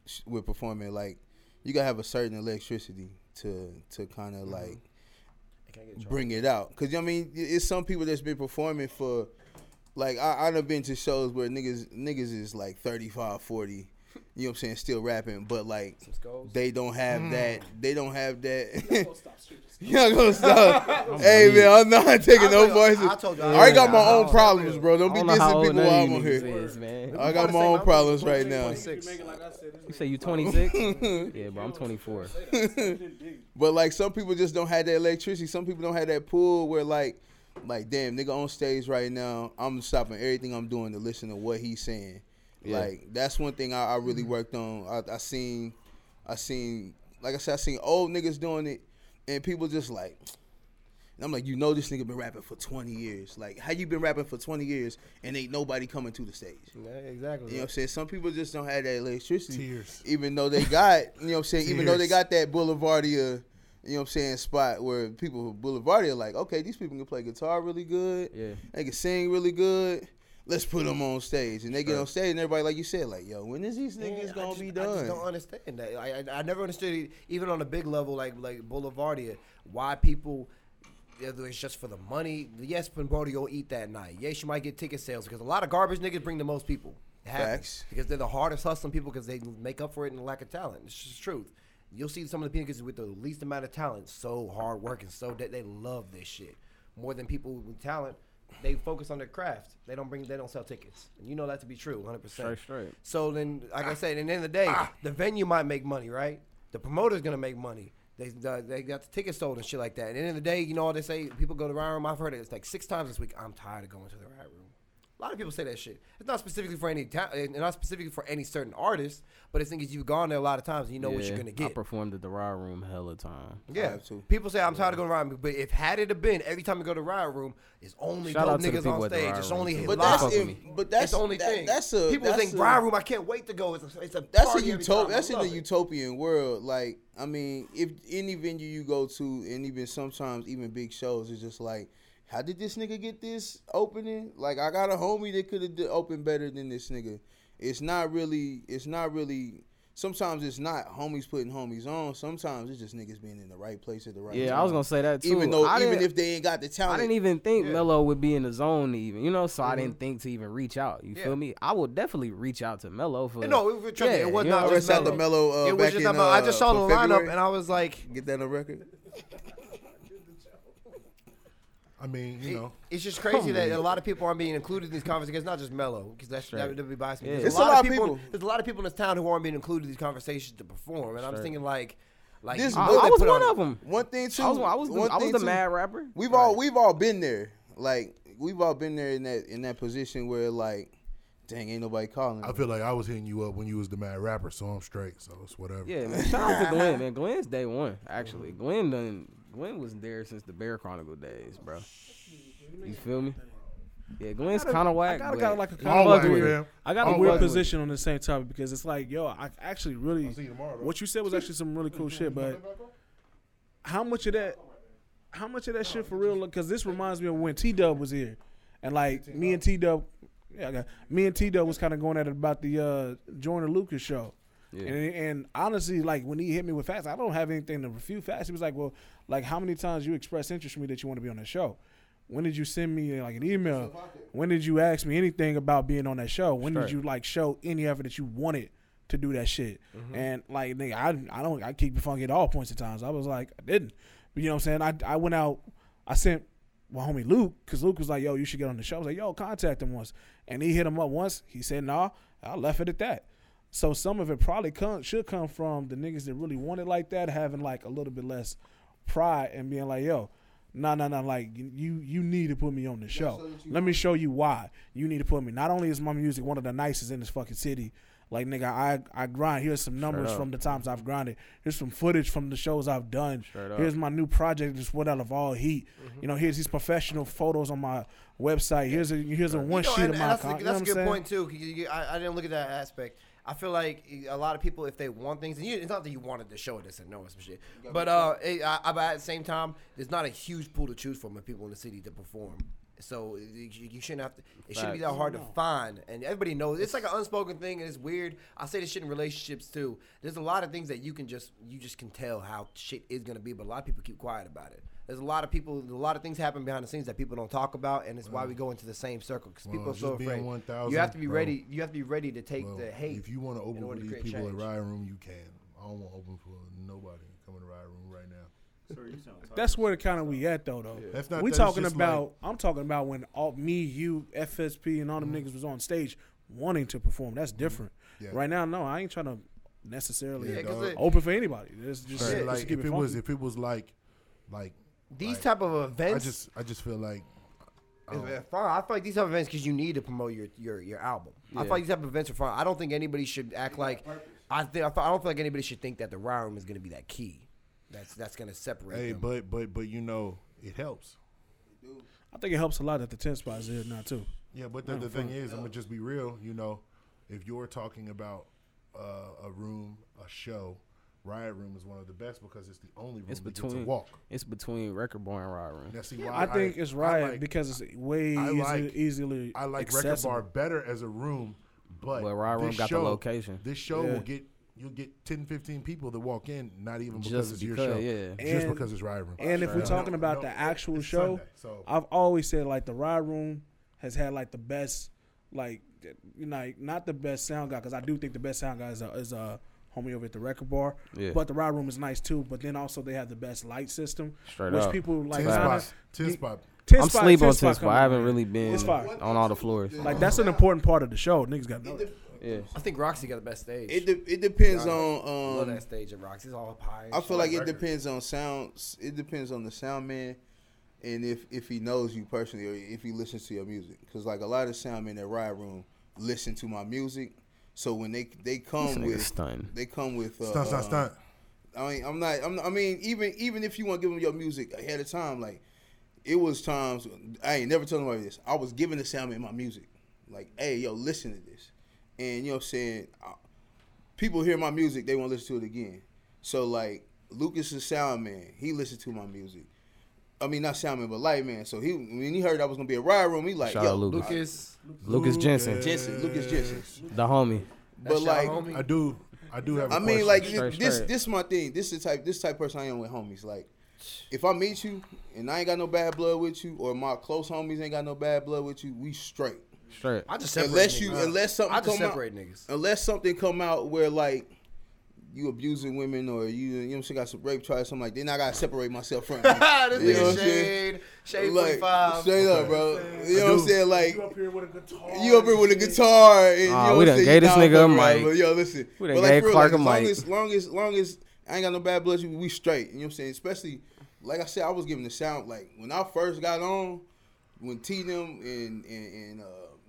sh- with performing. Like, you gotta have a certain electricity to to kind of Mm-hmm. like Can I get a bring it out. Cause you know what I mean, I- it's some people that's been performing for, like, I I done been to shows where niggas niggas is like 35, 40. you know what I'm saying, still rapping, but like Some skulls. they don't have Hmm. that. They don't have that. Don't (laughs) stop street. Just Y'all (laughs) gonna stop? hey man, I'm not taking no voices. I told you. I already got my I own don't- problems, bro. I Don't be don't know how dissing old people none while of I'm you on here. niggas (laughs) is, man. I got my own problems right now. Six. make it like I said. You say (laughs) you 26? yeah, bro, I'm 24. But like some people just don't have that electricity. Some people don't have that pull where like, like damn nigga on stage right now. I'm stopping everything I'm doing to listen to what he's saying. Yeah. Like that's one thing I, I really worked on. I, I seen, I seen like I said, I seen old niggas doing it, and people just like. And I'm like, you know, this nigga been rapping for 20 years. Like, how you been rapping for 20 years and ain't nobody coming to the stage? Yeah, You know exactly. what I'm saying? Some people just don't have that electricity. Tears. Even though they got, you know what I'm saying? Even though they Tears. got that Boulevardia, you know what I'm saying, spot where people with Boulevardia are like, okay, these people can play guitar really good. Yeah. They can sing really good. Let's put them on stage. And they get on stage and everybody, like you said, like, yo, when is these niggas I gonna just- be I done? just don't understand that. I, I, I never understood it, even on a big level like like Boulevardia why people. Whether it's just for the money, yes, Boulevardia will eat that night. Yes, you might get ticket sales because a lot of garbage niggas bring the most people. It happens. Facts. because they're the hardest hustling people because they make up for it in the lack of talent. It's just the truth. You'll see some of the niggas with the least amount of talent, so hard working, so that they love this shit more than people with talent. They focus on their craft. They don't bring. They don't sell tickets. And you know that to be true, hundred percent. Straight, straight. Ah. So then, like I said, in the end of the day, the venue might make money, right? The promoter's gonna make money. They the, they got the tickets sold and shit like that. And at the end of the day, you know all they say. People go to the riot room. I've heard it. It's like six times this week. I'm tired of going to the riot room. A lot of people say that shit. It's not specifically for any ta- and not specifically for any certain artist, but it's because you've gone there a lot of times and you know what Yeah, you're gonna I get. performed at the Raw Room hella time. Yeah, have to. people say I'm tired of going to riot room, but if had it have been every time you go to riot room, it's only Shout dope out to the niggas people on at the stage. Riot It's Room, only too. hip But Live. that's hop. Fuck with in, me. but that's It's the only that- thing. That's a people that's think a- Brian Room. I can't wait to go. It's a, it's a that's a party every time. utop- I that's in love the it. utopian world. Like, I mean, if any venue you go to, and even sometimes even big shows, it's just like, how did this nigga get this opening? Like, I got a homie that could have opened better than this nigga. It's not really. It's not really. Sometimes it's not homies putting homies on. Sometimes it's just niggas being in the right place at the right. Yeah, I was time. gonna say that too. Even though, I even didn't- if they ain't got the talent, I didn't even think Melo would be in the zone, even you know. So I Mm-hmm. didn't think to even reach out. You feel me? I would definitely reach out to Melo for. No, we were trying to- it was you not know, just Shout out to Melo. Mello, uh, it was back just in, about, I just uh, saw the for lineup February. and I was like, get that on record. I mean, you it- know, it's just crazy that a lot of people aren't being included in these conversations. It's not just Mello, because that's that would be biased. Yeah. There's It's a lot of people. There's a lot of people in this town who aren't being included in these conversations to perform, and I'm thinking like, like This you know I, book- they I was put one on of them. One thing too. I was I was the, one I was thing, the too. mad rapper. We've all we've all been there. Like we've all been there in that in that position where like, dang, ain't nobody calling. I feel like I was hitting you up when you was the mad rapper, so I'm straight. So it's whatever. Yeah, man. Shout out to Glenn, man. Glenn's day one, actually. Glenn done Glenn was there since the Bear Chronicle days, bro. You feel me? Yeah, Glenn's gotta- kind of I whack. gotta but got like a kind Long of way, weird, fam. I got a Long weird way. position on the same topic because it's like, yo, I actually really I'll see you tomorrow. though. what you said was actually some really cool shit, but how much of that, how much of that shit for real? Because this reminds me of when T Dub was here, and like me and T Dub, yeah, I got- me and T Dub was kind of going at it about the uh, Joyner Lucas show. Yeah. And, and honestly, like when he hit me with facts, I don't have anything to refute facts. He was like, "Well, like how many times you express interest in me that you want to be on that show? When did you send me like an email? When did you ask me anything about being on that show? When did Straight. you like show any effort that you wanted to do that shit?" And like, nigga, I I don't I keep it funky at all points of times. I was like, I didn't. But you know what I'm saying? I I went out. I sent my homie Luke, because Luke was like, yo, you should get on the show. I was like, yo, contact him once. And he hit him up once. He said, nah. I left it at that. So some of it probably come, should come from the niggas that really want it like that, having like a little bit less pride and being like, yo, no, no, no, like you you need to put me on the show. Let me show you why. You need to put me. Not only is my music one of the nicest in this fucking city, like nigga, I, I grind. Here's some numbers up. from the times I've grinded. Here's some footage from the shows I've done. Straight up. Here's my new project. It's what out of all heat. Mm-hmm. You know, here's these professional photos on my website. Here's a here's a one You know, sheet and- and of my. that's, con- a, you know that's what I'm a good saying? point too. 'cause you- you- I, I didn't look at that aspect. I feel like a lot of people, if they want things, and you, it's not that you wanted to show this and know some shit, but uh, it, I, I, but at the same time, there's not a huge pool to choose from of people in the city to perform. So you, you shouldn't have to. It shouldn't be that hard to find, and everybody knows it's like an unspoken thing, and it's weird. I say this shit in relationships too. There's a lot of things that you can just you just can tell how shit is gonna be, but a lot of people keep quiet about it. There's a lot of people, a lot of things happen behind the scenes that people don't talk about, and it's why we go into the same circle because people Well, are so just being afraid. 1,000, you have to be bro. ready. You have to be ready to take Well, the hate. If you want to open in for order to these create people change. at Riot Room, you can. I don't want to open for nobody coming to Riot Room right now. Sir, you sound tired. That's where kind of we at though though. That's not we that, it's talking just about. I'm talking about when all me, you, FSP, and all them niggas was on stage wanting to perform. That's different. Mm-hmm. Yeah. Right now, no, I ain't trying to necessarily Yeah, 'cause uh, it- open for anybody. It's just, Like, just like, keep if it it was, funky. if it was like, like these like, type of I events, just, I just feel like, I is- don't- are fun. I feel like these type of events because you need to promote your your, your album. I feel like these type of events are fun. I don't think anybody should act like I think I feel- I don't feel like anybody should think that the Riot Room is going to be that key. That's that's going to separate. hey, them. but, but, but you know, it helps. I think it helps a lot that the ten spots is now too. Yeah, but the, the thing is, I'm gonna just be real. You know, if you're talking about uh, a room, a show, Riot Room is one of the best because it's the only room It's that between- gets a walk. It's between record bar and rod room. Now, see, why I think it's riot I like, because it's way I easy- like- easily. I like Record accessible. Bar better as a room, but But Riot Room this got the show, location. This show Yeah. will get you'll get 10, 15 people that walk in, not even because Just it's your because, show, yeah. just And- because it's Riot Room. And if we're No, talking about no, the it- actual it's show, Sunday, so I've always said like the Ride Room has had like the best, like you know, like, not the best sound guy because I do think the best sound guy is a, is a homie over at the Record Bar. Yeah. But the Ride Room is nice too. But then also they have the best light system, Straight which up. people like. ten kinda- spot, ten spot. Ten I'm spot- sleep ten on ten spot. come I haven't on. really been It's fire. on all the floors. Like that's an important part of the show. Niggas got to know. It, de- that. yeah. I think Roxy got the best stage. it, de- it depends I on love um, that stage at Roxy. It's all up high. and I shit, feel like it records. depends on sounds. It depends on the sound man, and if if he knows you personally or if he listens to your music. Because like a lot of sound men at Riot Room listen to my music, so when they they This come nigga with stunned. they come with uh, Stunt, stunt, uh, stunt. I mean, I'm not. I'm, I mean, even even if you want to give them your music ahead of time, like it was times I ain't never told nobody this. I was giving the soundman my music, like, hey, yo, listen to this, and you know, what I'm saying I- people hear my music, they want to listen to it again. So like, Lucas is soundman. He listened to my music. I mean, not soundman, but Lightman. So he when he heard I was gonna be a ride room, he like, Shout yo, out Lucas. Lucas. Lucas Jensen, Jensen, Lucas Jensen. the homie. But Shout out, like, homie. I do, I do have. a I mean, question. like Straight, this. straight. This is my thing. This is the type. This type of person I am with homies. Like, if I meet you and I ain't got no bad blood with you, or my close homies ain't got no bad blood with you, we straight. Straight. I just separate unless you, niggas. unless something I just come separate out, niggas. unless something come out where like you abusing women or you, you know, what I'm saying, got some rape charges, something like. Then I gotta separate myself (laughs) from. you. (laughs) this You know nigga what I'm saying? shade, shade like, 45. straight up, bro. You know what I'm saying? Like, You up here with a guitar. you up here with a guitar. And, you Aw, know we what done I'm saying? gave this Nah, nigga a fuck around, mic. but Yo, listen. We done But, like, gave for real, Clark like, a mic. As long as, long as, long as I ain't got no bad blood, we straight. You know what I'm saying? Especially, like I said, I was giving the sound. Like, when I first got on, when T them and, and, and uh,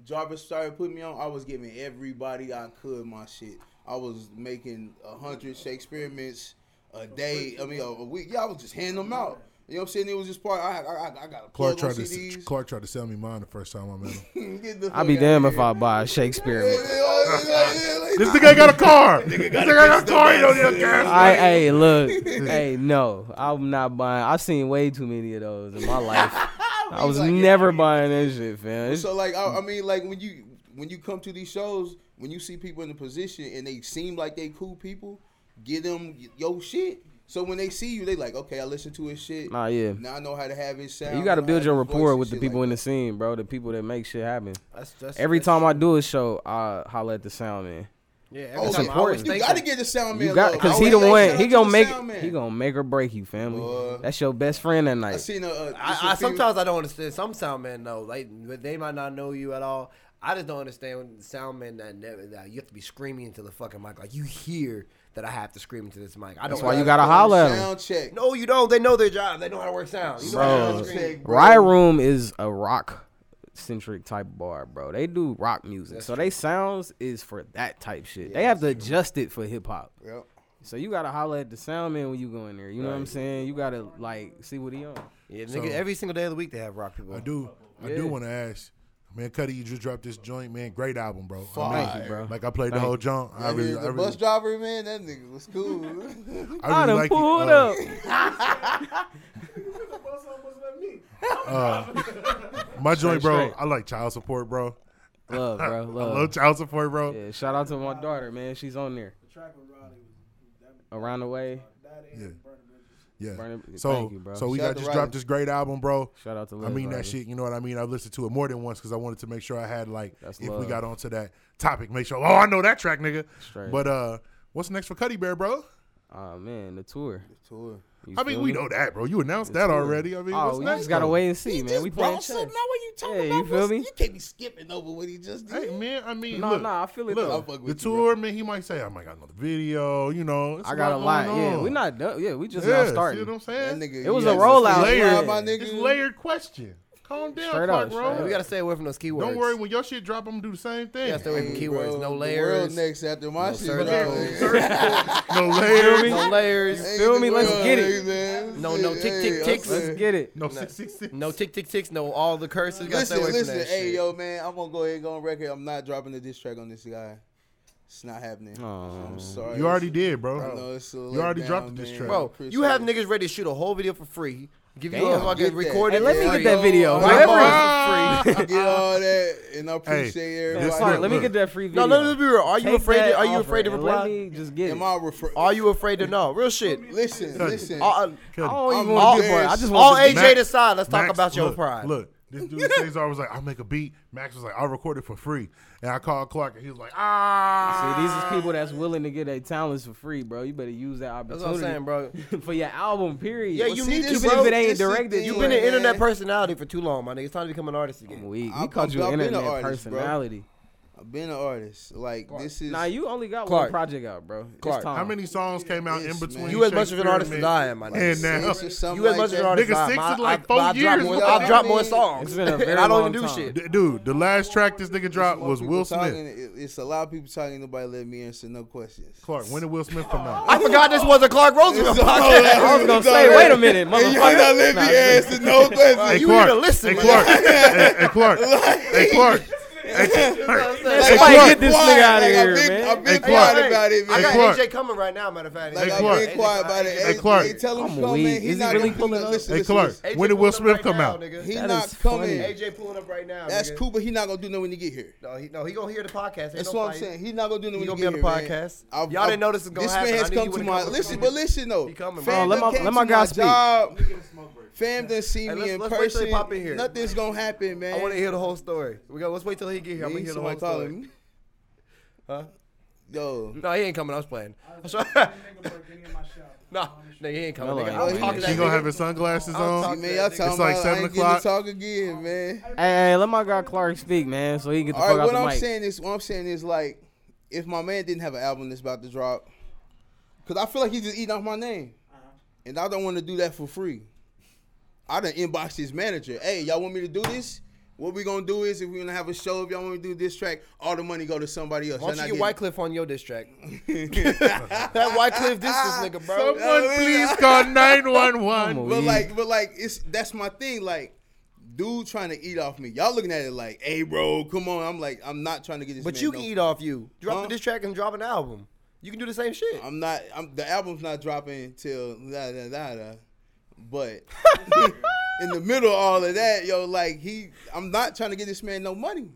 Jarvis started putting me on, I was giving everybody I could my shit. I was making a hundred Shakespeare mints a day. I mean, a, a week. Yeah, I was just handing them out. You know what I'm saying? It was just part. I, I, I- I got a Clark plug on tried to CDs. Clark tried to sell me mine the first time I met him. (laughs) Get the I'll be fuck outta damned if here. I buy a Shakespeare. this nigga got a car. this nigga got a car. He don't need a gas. I, hey, look, (laughs) hey, no, I'm not buying. I've seen way too many of those in my (laughs) life. I was never buying that shit, fam. It's- So like I, I mean like when you when you come to these shows when you see people in the position and they seem like they cool people, give them y- your shit. So when they see you, they like okay, I listen to his shit. Nah, yeah. Now I know how to have his sound. You got to I build have your his voice rapport and with the shit people like in the scene, bro. The people that make shit happen. That's, that's, Every that's, time I do a show, I holler at the sound man. yeah, that. every Oh, time I yeah. always You think got to that- get the sound man. You got love. because I he always the say shout one. out He to gonna the make. sound man. He gonna make or break you, family. Boy. That's your best friend that I night. seen a. I, I a this a female- sometimes I don't understand. Some sound men know, like but they might not know you at all. I just don't understand when sound men that never that you have to be screaming into the fucking mic. Like you hear that I have to scream into this mic. I don't. why you know. gotta holler at him. Sound check. No, you don't. They know their job. They know how to work sound. You know how Bro, to Sound check, bro. Riot Room is a rock centric type bar, bro. They do rock music, so they sounds is for that type shit. they have to adjust it for hip hop. Yep. So you gotta holler at the sound man when you go in there. You know what I'm saying? You gotta like see what he on. Yeah, nigga, every single day of the week they have rock people. I do. I Yeah. do want to ask. Man, Cuddy, you just dropped this joint, man. Great album, bro. I mean, Thank you, bro. Like I played the Thank whole you. junk. I And then really, I the really, bus driver man, that nigga was cool. (laughs) I really done like pulled it. Uh, up. (laughs) The bus almost left me. my joint, bro. straight. I like child support, bro. Love, bro. Uh, Love. I love child support, bro. yeah, shout out to my daughter, man. She's on there. The track with Roddy was that, Around the way. that and Yeah. Burning Bridges. Yeah, Yeah. Burn it- so thank you, bro. so we Shout got out to just Riley. dropped this great album, bro. Shout out to I Lil mean Riley. that shit. You know what I mean? I've listened to it more than once because I wanted to make sure I had like That's if we love. got onto that topic, make sure. Oh, I know that track, nigga. Straight. But uh, what's next for Cuddy Bear, bro? Oh man, the tour. Tour. You I mean, feel we me? know that, bro. You announced The that tour. already. I mean, oh, what's we next? just gotta though? wait and see, man. We playing brought something chess. out. What you talking Hey, you about? feel What's- me? You can't be skipping over what he just did. Hey man, I mean, No, look, no, I feel it though. I Look, fuck the with you, bro. tour, man. He might say, "I might got another video," you know. it's I got a lot. lot going Yeah, on. we not done. Yeah, we just Yeah, now starting. See what I'm That saying? nigga, It was you a had to rollout, fly, yeah. my nigga. It's layered question. Calm down, Straight Clark, up, bro. straight We gotta stay away from those keywords. Don't worry when your shit drop. I'm gonna do the same thing. Yeah, stay away from Hey, keywords. no bro, the layers. world next after my No shit. service dog. no (laughs) layers. No layers. Hey, Feel me? the Let's world, get it. hey, man. No, no, tick, Hey, tick, I'm ticks. saying- Let's get it. No six six six. No tick tick ticks. No all the curses. We gotta stay Listen, away from listen, that hey shit. yo, man, I'm gonna go ahead and go on record. I'm not dropping the diss track on this guy. It's not happening. I'm sorry. You already did, bro. I know it's a You already letdown, dropped the diss man. track. Bro, you have Appreciate niggas ready to shoot a whole video for free. Give you a Damn. fucking Get that. recorded. Hey, let me for get free. that video. White Whoever- bars for free. it. Get all that, and I Hey, appreciate this everybody. Sorry, look, let me look. get that free No, video. no, no, be real. Are you Take afraid? that To, are you offer afraid to and let reply? me just get it. Am I refer- Are you Uh, afraid to know? Real shit. Listen, listen. All, Good. I don't even I'm want to be a embarrassed. part. I just all want to AJ be. Max- decide. Let's talk Max, about your look, pride. Look, this dude Cesar was like, "I'll make a beat." Max was like, "I'll record it for free," and I called Clark, and he was like, "Ah." See, these is people that's willing to get their talents for free, bro. You better use that That's what I'm opportunity (laughs) saying, bro. for your album, period. Yeah, Well, you see, need to, even bro. if it ain't This is directed, the You've you been a- an man. internet personality for too long, my nigga. It's time to become an artist again. We, we I'm- called you I've been a internet artist, bro. personality. I've been an artist. Like this is Nah, you only got Clark. one project out, bro. It's Clark. time. How many songs came out Yes, in man. between? You as much of an artist as Shakespeare I am, my and- nigga. And now, six or something You as like much of that. an artist Nigga, as I am. six I- is like I- four I drop years, more- bro. I drop more It's songs. been a and very I don't long even do time. shit. D- dude, the last track this nigga dropped more was people Will Smith. talking. It- It's a lot of people talking. Nobody let me answer no questions. (laughs) Clark, when did Will Smith come out? I forgot this was a Clark Roosevelt (laughs) podcast. I was gonna say, wait a minute, And you motherfucker. ain't not let me answer Hey, no questions. you Clark. need to listen, Hey, man. Clark. hey, hey, (laughs) Clark. Hey, Clark. Hey, Clark. Somebody Clark, get this why? nigga out of Like, I've here, been- man. I've been Hey, Clark. quiet about it, I man. got Hey, Clark. AJ coming right now. Matter of fact, Like Hey, I've Clark. been quiet about it. Hey, Hey, Clark. Hey, tell him I'm to come weak. in. Is He's he not really gonna pulling do- up? listen, Hey, listen, Clark. listen. AJ When did Will pulling up Smith right come now, out? nigga. He That not is coming. funny. AJ pulling up right now. That's nigga. cool, but he not gonna do nothing when he get here. No, he, no, he gonna hear the podcast. Ain't That's no what I'm fight. saying. He not gonna do nothing He when gonna he be get on the here, man. podcast. I've- Y'all I've- didn't know this is gonna This happen. man I has knew come you to would've my come up with listen, something. but listen though. He coming, Fam bro. Let done my- came let to my guy speak. job. Give him a smoke break. Fam done see Hey, me let's- in let's wait till they person. pop in here. Nothing's gonna happen, man. I want to hear the whole story. We got. Let's wait till he get here. I'm Me, gonna hear the somebody whole story. calling me. Huh? Yo, No, he ain't coming. I was playing. (laughs) I I'm was sorry. like, I didn't think about getting in my shop. no, nigga, he ain't coming. No, nigga. I I'm ain't. talking to He that He gonna nigga. have his sunglasses I'll see, talk- on. man, y'all It's like talking about I seven ain't getting to o'clock. talk again, man. Hey, hey, let my guy Clark speak, man, so he can get the All fuck right, out what the I'm mic. saying is, what I'm saying is like, if my man didn't have an album that's about to drop, because I feel like he's just eating off my name, and I don't want to do that for free. I done inboxed his manager. Hey, y'all want me to do this? What we gonna do is if we gonna have a show, if y'all want me to do this track, all the money go to somebody else. Why Y'all don't you get not White getting- Cliff on your diss (laughs) track? (laughs) that White Cliff diss this nigga, bro. Someone please call nine one one. (laughs) But like, but like, it's that's my thing. Like, dude, trying to eat off me. Y'all looking at it like, hey, bro, come on. I'm like, I'm not trying to get this. But man you no- can eat off you. Drop Huh? the diss track and drop an album. You can do the same shit. I'm not. I'm the album's not dropping till da da da da. But in the middle of all of that, yo, like he, I'm not trying to get this man no money.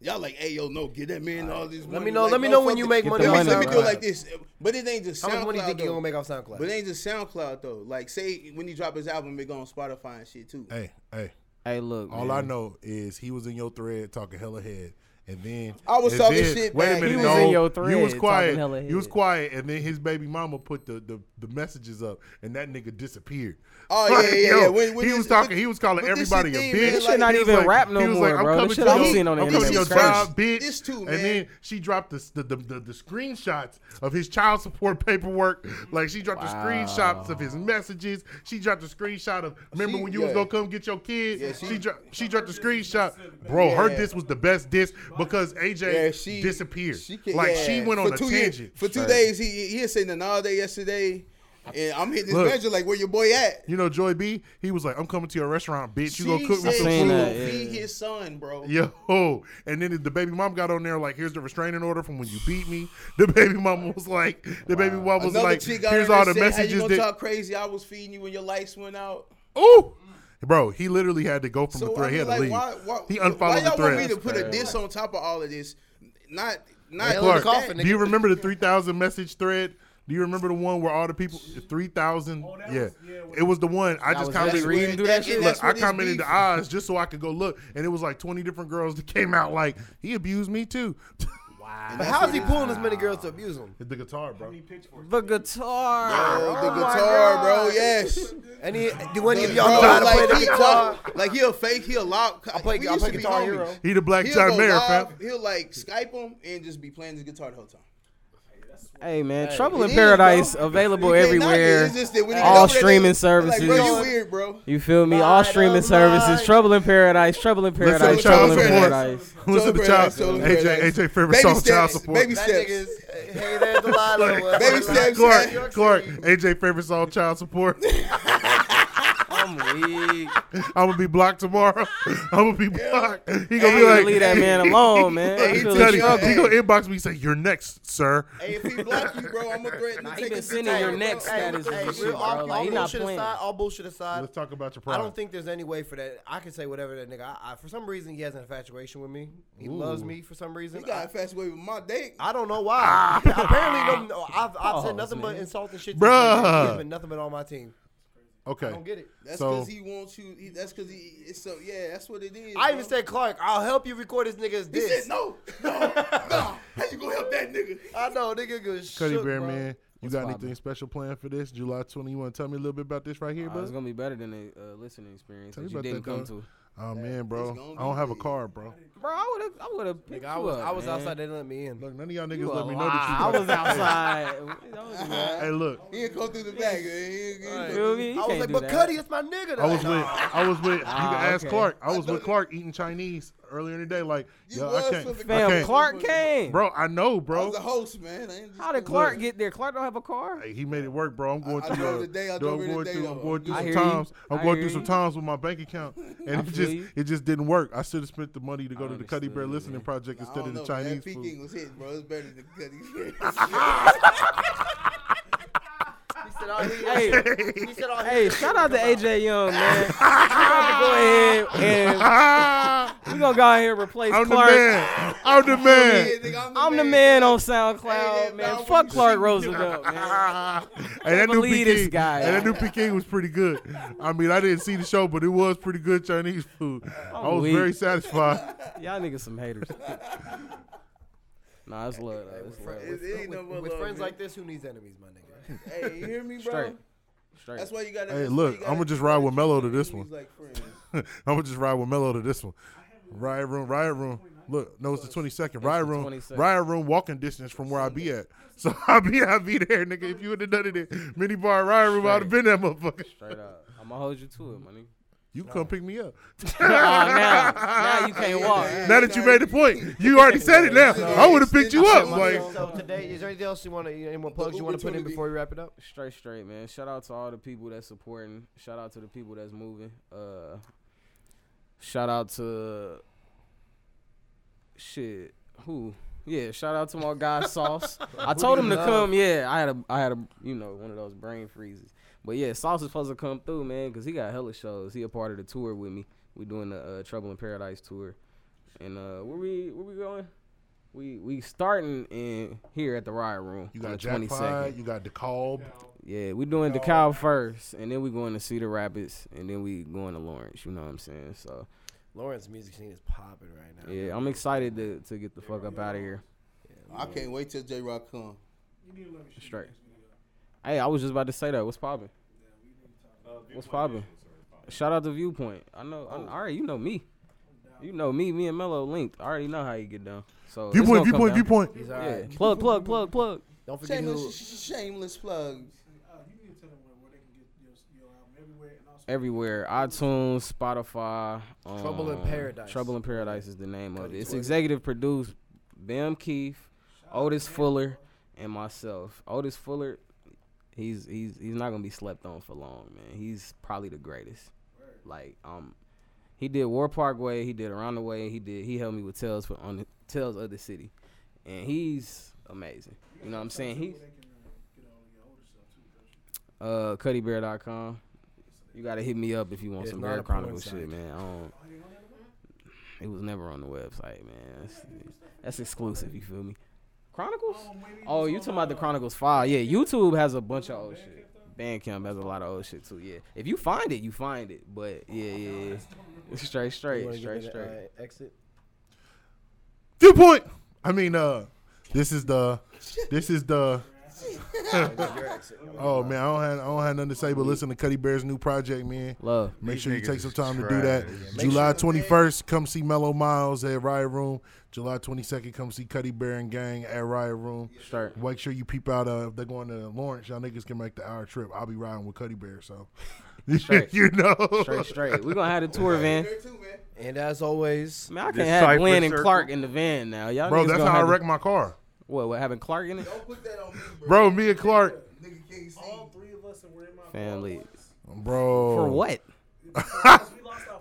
Y'all like, hey, yo, no, get that man all this money. Let me know. Like, let me no, know fuck when you it. make Get money. Let the off me, let me money, do it SoundCloud. like this. But it ain't just How SoundCloud. much money you think you though. gonna make off SoundCloud? But it ain't just SoundCloud though. Like, say when he drop his album, it go on Spotify and shit too. Hey, hey. Hey, look, All man. I know is he was in your thread talking hella head. And then I was and talking then- shit Wait back. a minute, He was no, in your you thread was talking quiet. hella You was head. quiet, and then his baby mama put the, the, the messages up, and that nigga disappeared. (laughs) Oh, yeah, yeah, yo, yeah. When- when he this- was talking. but- He was calling but this everybody a the thing, bitch. man, This shit like- not He was even rap no he was more, I'm bro. This coming shit to I'm your- seeing on the I'm coming to your internet is job, bitch. This too, man. And then she dropped the the, the, the the screenshots of his child support (laughs) paperwork. Like she dropped the screenshots of his messages. She dropped the screenshot of remember She- when you was yeah. gonna come get your kid. Yeah, she she- dropped she dropped the screenshot. Bro, her Yeah. diss was the best diss because AJ Yeah, she disappeared. She ca- like yeah. she went on for a two tangent. Years, for two days, he he had said nothing all day yesterday, and I'm hitting his Look. manager like, "Where your boy at?" you know, Joy B, he was like, "I'm coming to your restaurant, bitch. You gonna She cook me said some seen she food?" that, gonna yeah. feed his son, bro. (laughs) Yo, and then the baby mom got on there like, "Here's the restraining order from when you beat me." (laughs) The baby mom was like, "The baby mom was Another like, chick out here's there all the said, How you messages gonna that talk crazy? I was feeding you when your lights went out. ooh, bro." He literally had to go from the So thread. I he mean, had like, to leave. why, why, he why unfollowed y'all the want me thread. to put a diss on top of all of this? Not, not Nail in the Clark, coffin, do you remember the three thousand message thread? Do you remember the one where all the people three thousand? Oh, that yeah, was- yeah, it was the one I just commented. reading through that shit? Look, I commented the eyes just so I could go look, and it was like twenty different girls that came out like he abused me too. But how is he pulling this many girls to abuse him? the guitar, bro. Pitchforks. The guitar. Oh, the guitar, bro. Yes. And he, do any of Bro, y'all know how to like, play the he guitar? talk- like he'll fake, he'll lock. I play- I play Guitar Hero. He the black He'll John go Mayer, live, fam. He'll like Skype him and just be playing his guitar the whole time. Hey man, Trouble It in is, Paradise bro. available You can't knock it. everywhere. It's just that when he All go there, streaming they- they're Like, bro, you services. weird, bro. You feel me? All streaming services. Trouble in Paradise. Trouble in Listen to Paradise. child Trouble in support. Paradise. Listen to Totally child. right, totally AJ, AJ right. favorite Baby song, child steps, support. baby That steps. nigga's hey there's Delilah. Clark, Baby steps. Clark, Clark, AJ favorite song, child support. (laughs) I'm weak. I'm gonna be blocked tomorrow. (laughs) I'm gonna be blocked. He gonna Hey, be like, leave that (laughs) man alone, man. Hey, I feel Cuddy, trouble. he gonna inbox me and say, "You're next, sir." Hey, if he block you, bro, I'm gonna threaten to Nah, he take been his sending guitar, your bro. next Hey, status hey, and real- shit, Real, bro. all, Like, all he not bullshit playing. aside, all bullshit aside, Let's talk about your I problem. don't think there's any way for that. I can say whatever that nigga. I, I, for some reason, he has an infatuation with me. He loves me for some reason. He got I, a fast way with my date. I don't know (laughs) why. Apparently, no, no, I've, I've said Pause, nothing but Oh, man. insulting shit. Bruh. To him. He's been nothing but on my team. I Okay, don't get it. That's So- because he wants you. He, that's because he. It's so yeah, that's what it is. I even bro. said, Clark, I'll help you record this nigga's He diss. said no, no, nah. How you gonna help that nigga? I know, nigga, good Cuddy shit, Bear bro. man, you got poppin'? anything special planned for this July 20? You want to tell me a little bit about this right here, Nah, It's bud? gonna be better than the uh, listening experience Tell that me you about didn't that, come dog. to. Oh man, It's bro, gonna I don't be have a big. car, bro. Bro, I would have, I would have picked Nigga, I you was, up. I was man. outside. They didn't let me in. Look, none of y'all You niggas a let me know lie. that I you. (laughs) was outside. Hey, look, He didn't come through the back. He ain't- he ain't- feel me? You I was can't like, do but that. Cuddy, that's my nigga. I was though. with, I was with. You can Ah, ask okay. Clark. I was thought with it- Clark eating Chinese earlier today. Like, You yo, was I can't, from the- I Fam, can't. Clark came. bro. I know, I bro. was a host, man. I ain't just How did gonna- Clark get there? Clark don't have a car. Hey, he made it work, bro. I'm going I through. drove uh, today, I dude, I'm drove going everything through. I'm though. going through I some hear you. times. I'm I going hear through some you. times with my bank (laughs) account, and it feel just you. it just didn't work. I should have spent the money to go I to the Cuddy Bear Listening understand, man. Project Nah, I instead don't of the know, man. Chinese (laughs) Peak food. English hit, bro. It's better than the (laughs) (laughs) Cuddy. He said, all he, Hey, he said, all he hey, shout out to AJ Young, man. we about to go ahead and Ah, we gonna go ahead and replace I'm the Clark. man. I'm the man. I'm the man on SoundCloud, Hey, man. nah, we Fuck can Clark see- Roosevelt, (laughs) man. Ah, (laughs) and that new believe this Peking, guy. and that new Peking was pretty good. I mean, I didn't see the show, but it was pretty good Chinese food. i was weak. very satisfied. Y'all niggas some haters. nah, it's love. though. It's love. It ain't no With, with love, friends man. like this, who needs enemies, my nigga? Hey, you hear me, bro? Straight. Straight. That's why you gotta. Hey, look, I'm gonna just ride with Mello to this one. Like friends. (laughs) I'm gonna just ride with Mello to this one. Riot room, riot room. Look, no, it's the 22nd. Riot the room, 22nd. riot room. Walking distance from where I be at. (laughs) So I be, I be there, nigga. If you would have done it, at mini bar riot room, I'd have been that motherfucker. Straight up. I'ma hold you to it, my (laughs) nigga. You come pick me up. Oh, now, now you can't walk. Now that you made the point, (laughs) you already said it. Now I would have picked you up. Like, so today, is there anything else you want to, any more plugs you want to put in opportunity. before we wrap it up? Straight, straight, man. Shout out to all the people that's supporting. Shout out to the people that's moving. Uh, shout out to shit. Who? Yeah. Shout out to my guy Sauce. I told him to come. Yeah, I had a, I had a, you know, one of those brain freezes. But yeah, Sauce is supposed to come through, man, because he got hella shows. He a part of the tour with me. We doing the uh, Trouble in Paradise tour, and uh, where we where we going? We we starting in here at the Riot Room you on got the twenty second. Jackpot, you got DeKalb. Yeah, we doing DeKalb first, and then we going to Cedar Rapids, and then we going to Lawrence. You know what I'm saying? So Lawrence music scene is popping right now. yeah, I'm excited to, to get the fuck up out of here. I can't wait till J Rock come. You need to let me shoot Straight. Hey, I was just about to say that. What's poppin'? What's poppin'? Shout out to Viewpoint. I know. I, all right, you know me. You know me. Me and Mello linked. I already know how you get down. So it's Viewpoint, gonna come viewpoint, down. viewpoint. He's all Yeah. right. Plug, plug, plug, plug. Don't forget who. Shameless, sh- sh- shameless plug. Uh, you need to tell them where, where they can get your, your album everywhere and also Everywhere. iTunes, Spotify. Um, Trouble in Paradise. Trouble in Paradise is the name of it. It's Twitter. executive produced Bam Keith, Otis Fuller, and myself. Otis Fuller, he's he's he's not gonna be slept on for long, man. He's probably the greatest. Like um, he did War Parkway, he did Around the Way, he did he helped me with Tales for on the, Tales of the City, and he's amazing. You know what I'm saying? He's uh, CuddyBear.com. You gotta hit me up if you want It's some not Bear a porn Chronicle site. shit, man. I don't, it was never on the website, man. That's, that's exclusive. You feel me? Chronicles? Oh, you talking about the Chronicles Five? Yeah, YouTube has a bunch of old shit. Bandcamp has a lot of old shit too. Yeah, if you find it, you find it. But yeah, yeah, yeah. straight, You straight, wanna give me straight, the, straight. uh, exit. Viewpoint. I mean, uh, this is the, this (laughs) is the. oh man, I don't have I don't have nothing to say, but listen to Cuddy Bear's new project, man. Love. Make These sure you niggas take some is time to do that. trash. July 21st, come see Mellow Miles at Riot Room. July 22nd, come see Cuddy Bear and Gang at Riot Room. Start. Make sure you peep out. Uh, if they're going to Lawrence, y'all niggas can make the hour trip. I'll be riding with Cuddy Bear, so (laughs) Straight. you know. Straight, straight. We're gonna have the (laughs) tour van. There too, man. And as always, Man, I The can't have Cypher Glenn and Circle. Clark in the van now. Y'all Bro, niggas that's gonna how I have to- wrecked my car. What, what, having Clark in it? Don't put that on me, bro. Bro, me and Clark. Nigga can't see. All three of us and we're in my car Family. once. Bro. For what? We lost our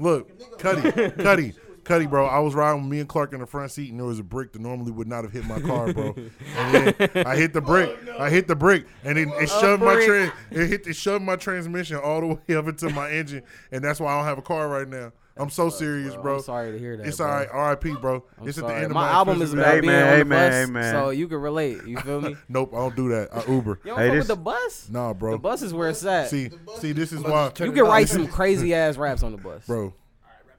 Look, Cuddy, Cuddy, Cuddy, bro. I was riding with me and Clark in the front seat, and there was a brick that normally would not have hit my car, (laughs) bro. And then I hit the brick. I hit the brick, and it, it shoved my brick. tra- it hit it shoved my transmission all the (laughs) way up into my engine, and that's why I don't have a car right now. I'm so serious, bro. I'm sorry to hear that. It's bro. all right, R.I.P., bro. I'm it's at sorry. the end of my, my album is expensive about day. being Amen, on the bus, amen, amen. so you can relate. You feel me? you Nope, I don't do that. I Uber. don't Hey, fuck this- with the bus? Nah, The bro. bus is where it's at. See, see, this is why, you can write some crazy ass raps on the bus. bro.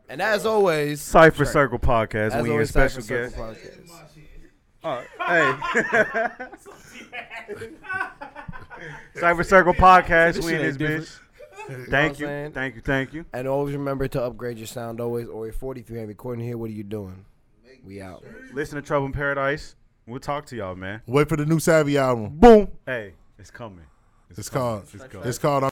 and as always, Cypher Circle Podcast. as we your always, special Cypher guest. Circle Podcast. (laughs) hey. (laughs) Cypher Circle Podcast. This We in this shit ain't bitch. Thank You know what I'm you. saying? Thank you. Thank you. And always remember to upgrade your sound. Always, or 40 if you ain't recording here. What are you doing? We out. Listen to Trouble in Paradise. We'll talk to y'all, man. Wait for the new Savvy album. Boom. Hey, it's coming. It's called. It's called. It's called.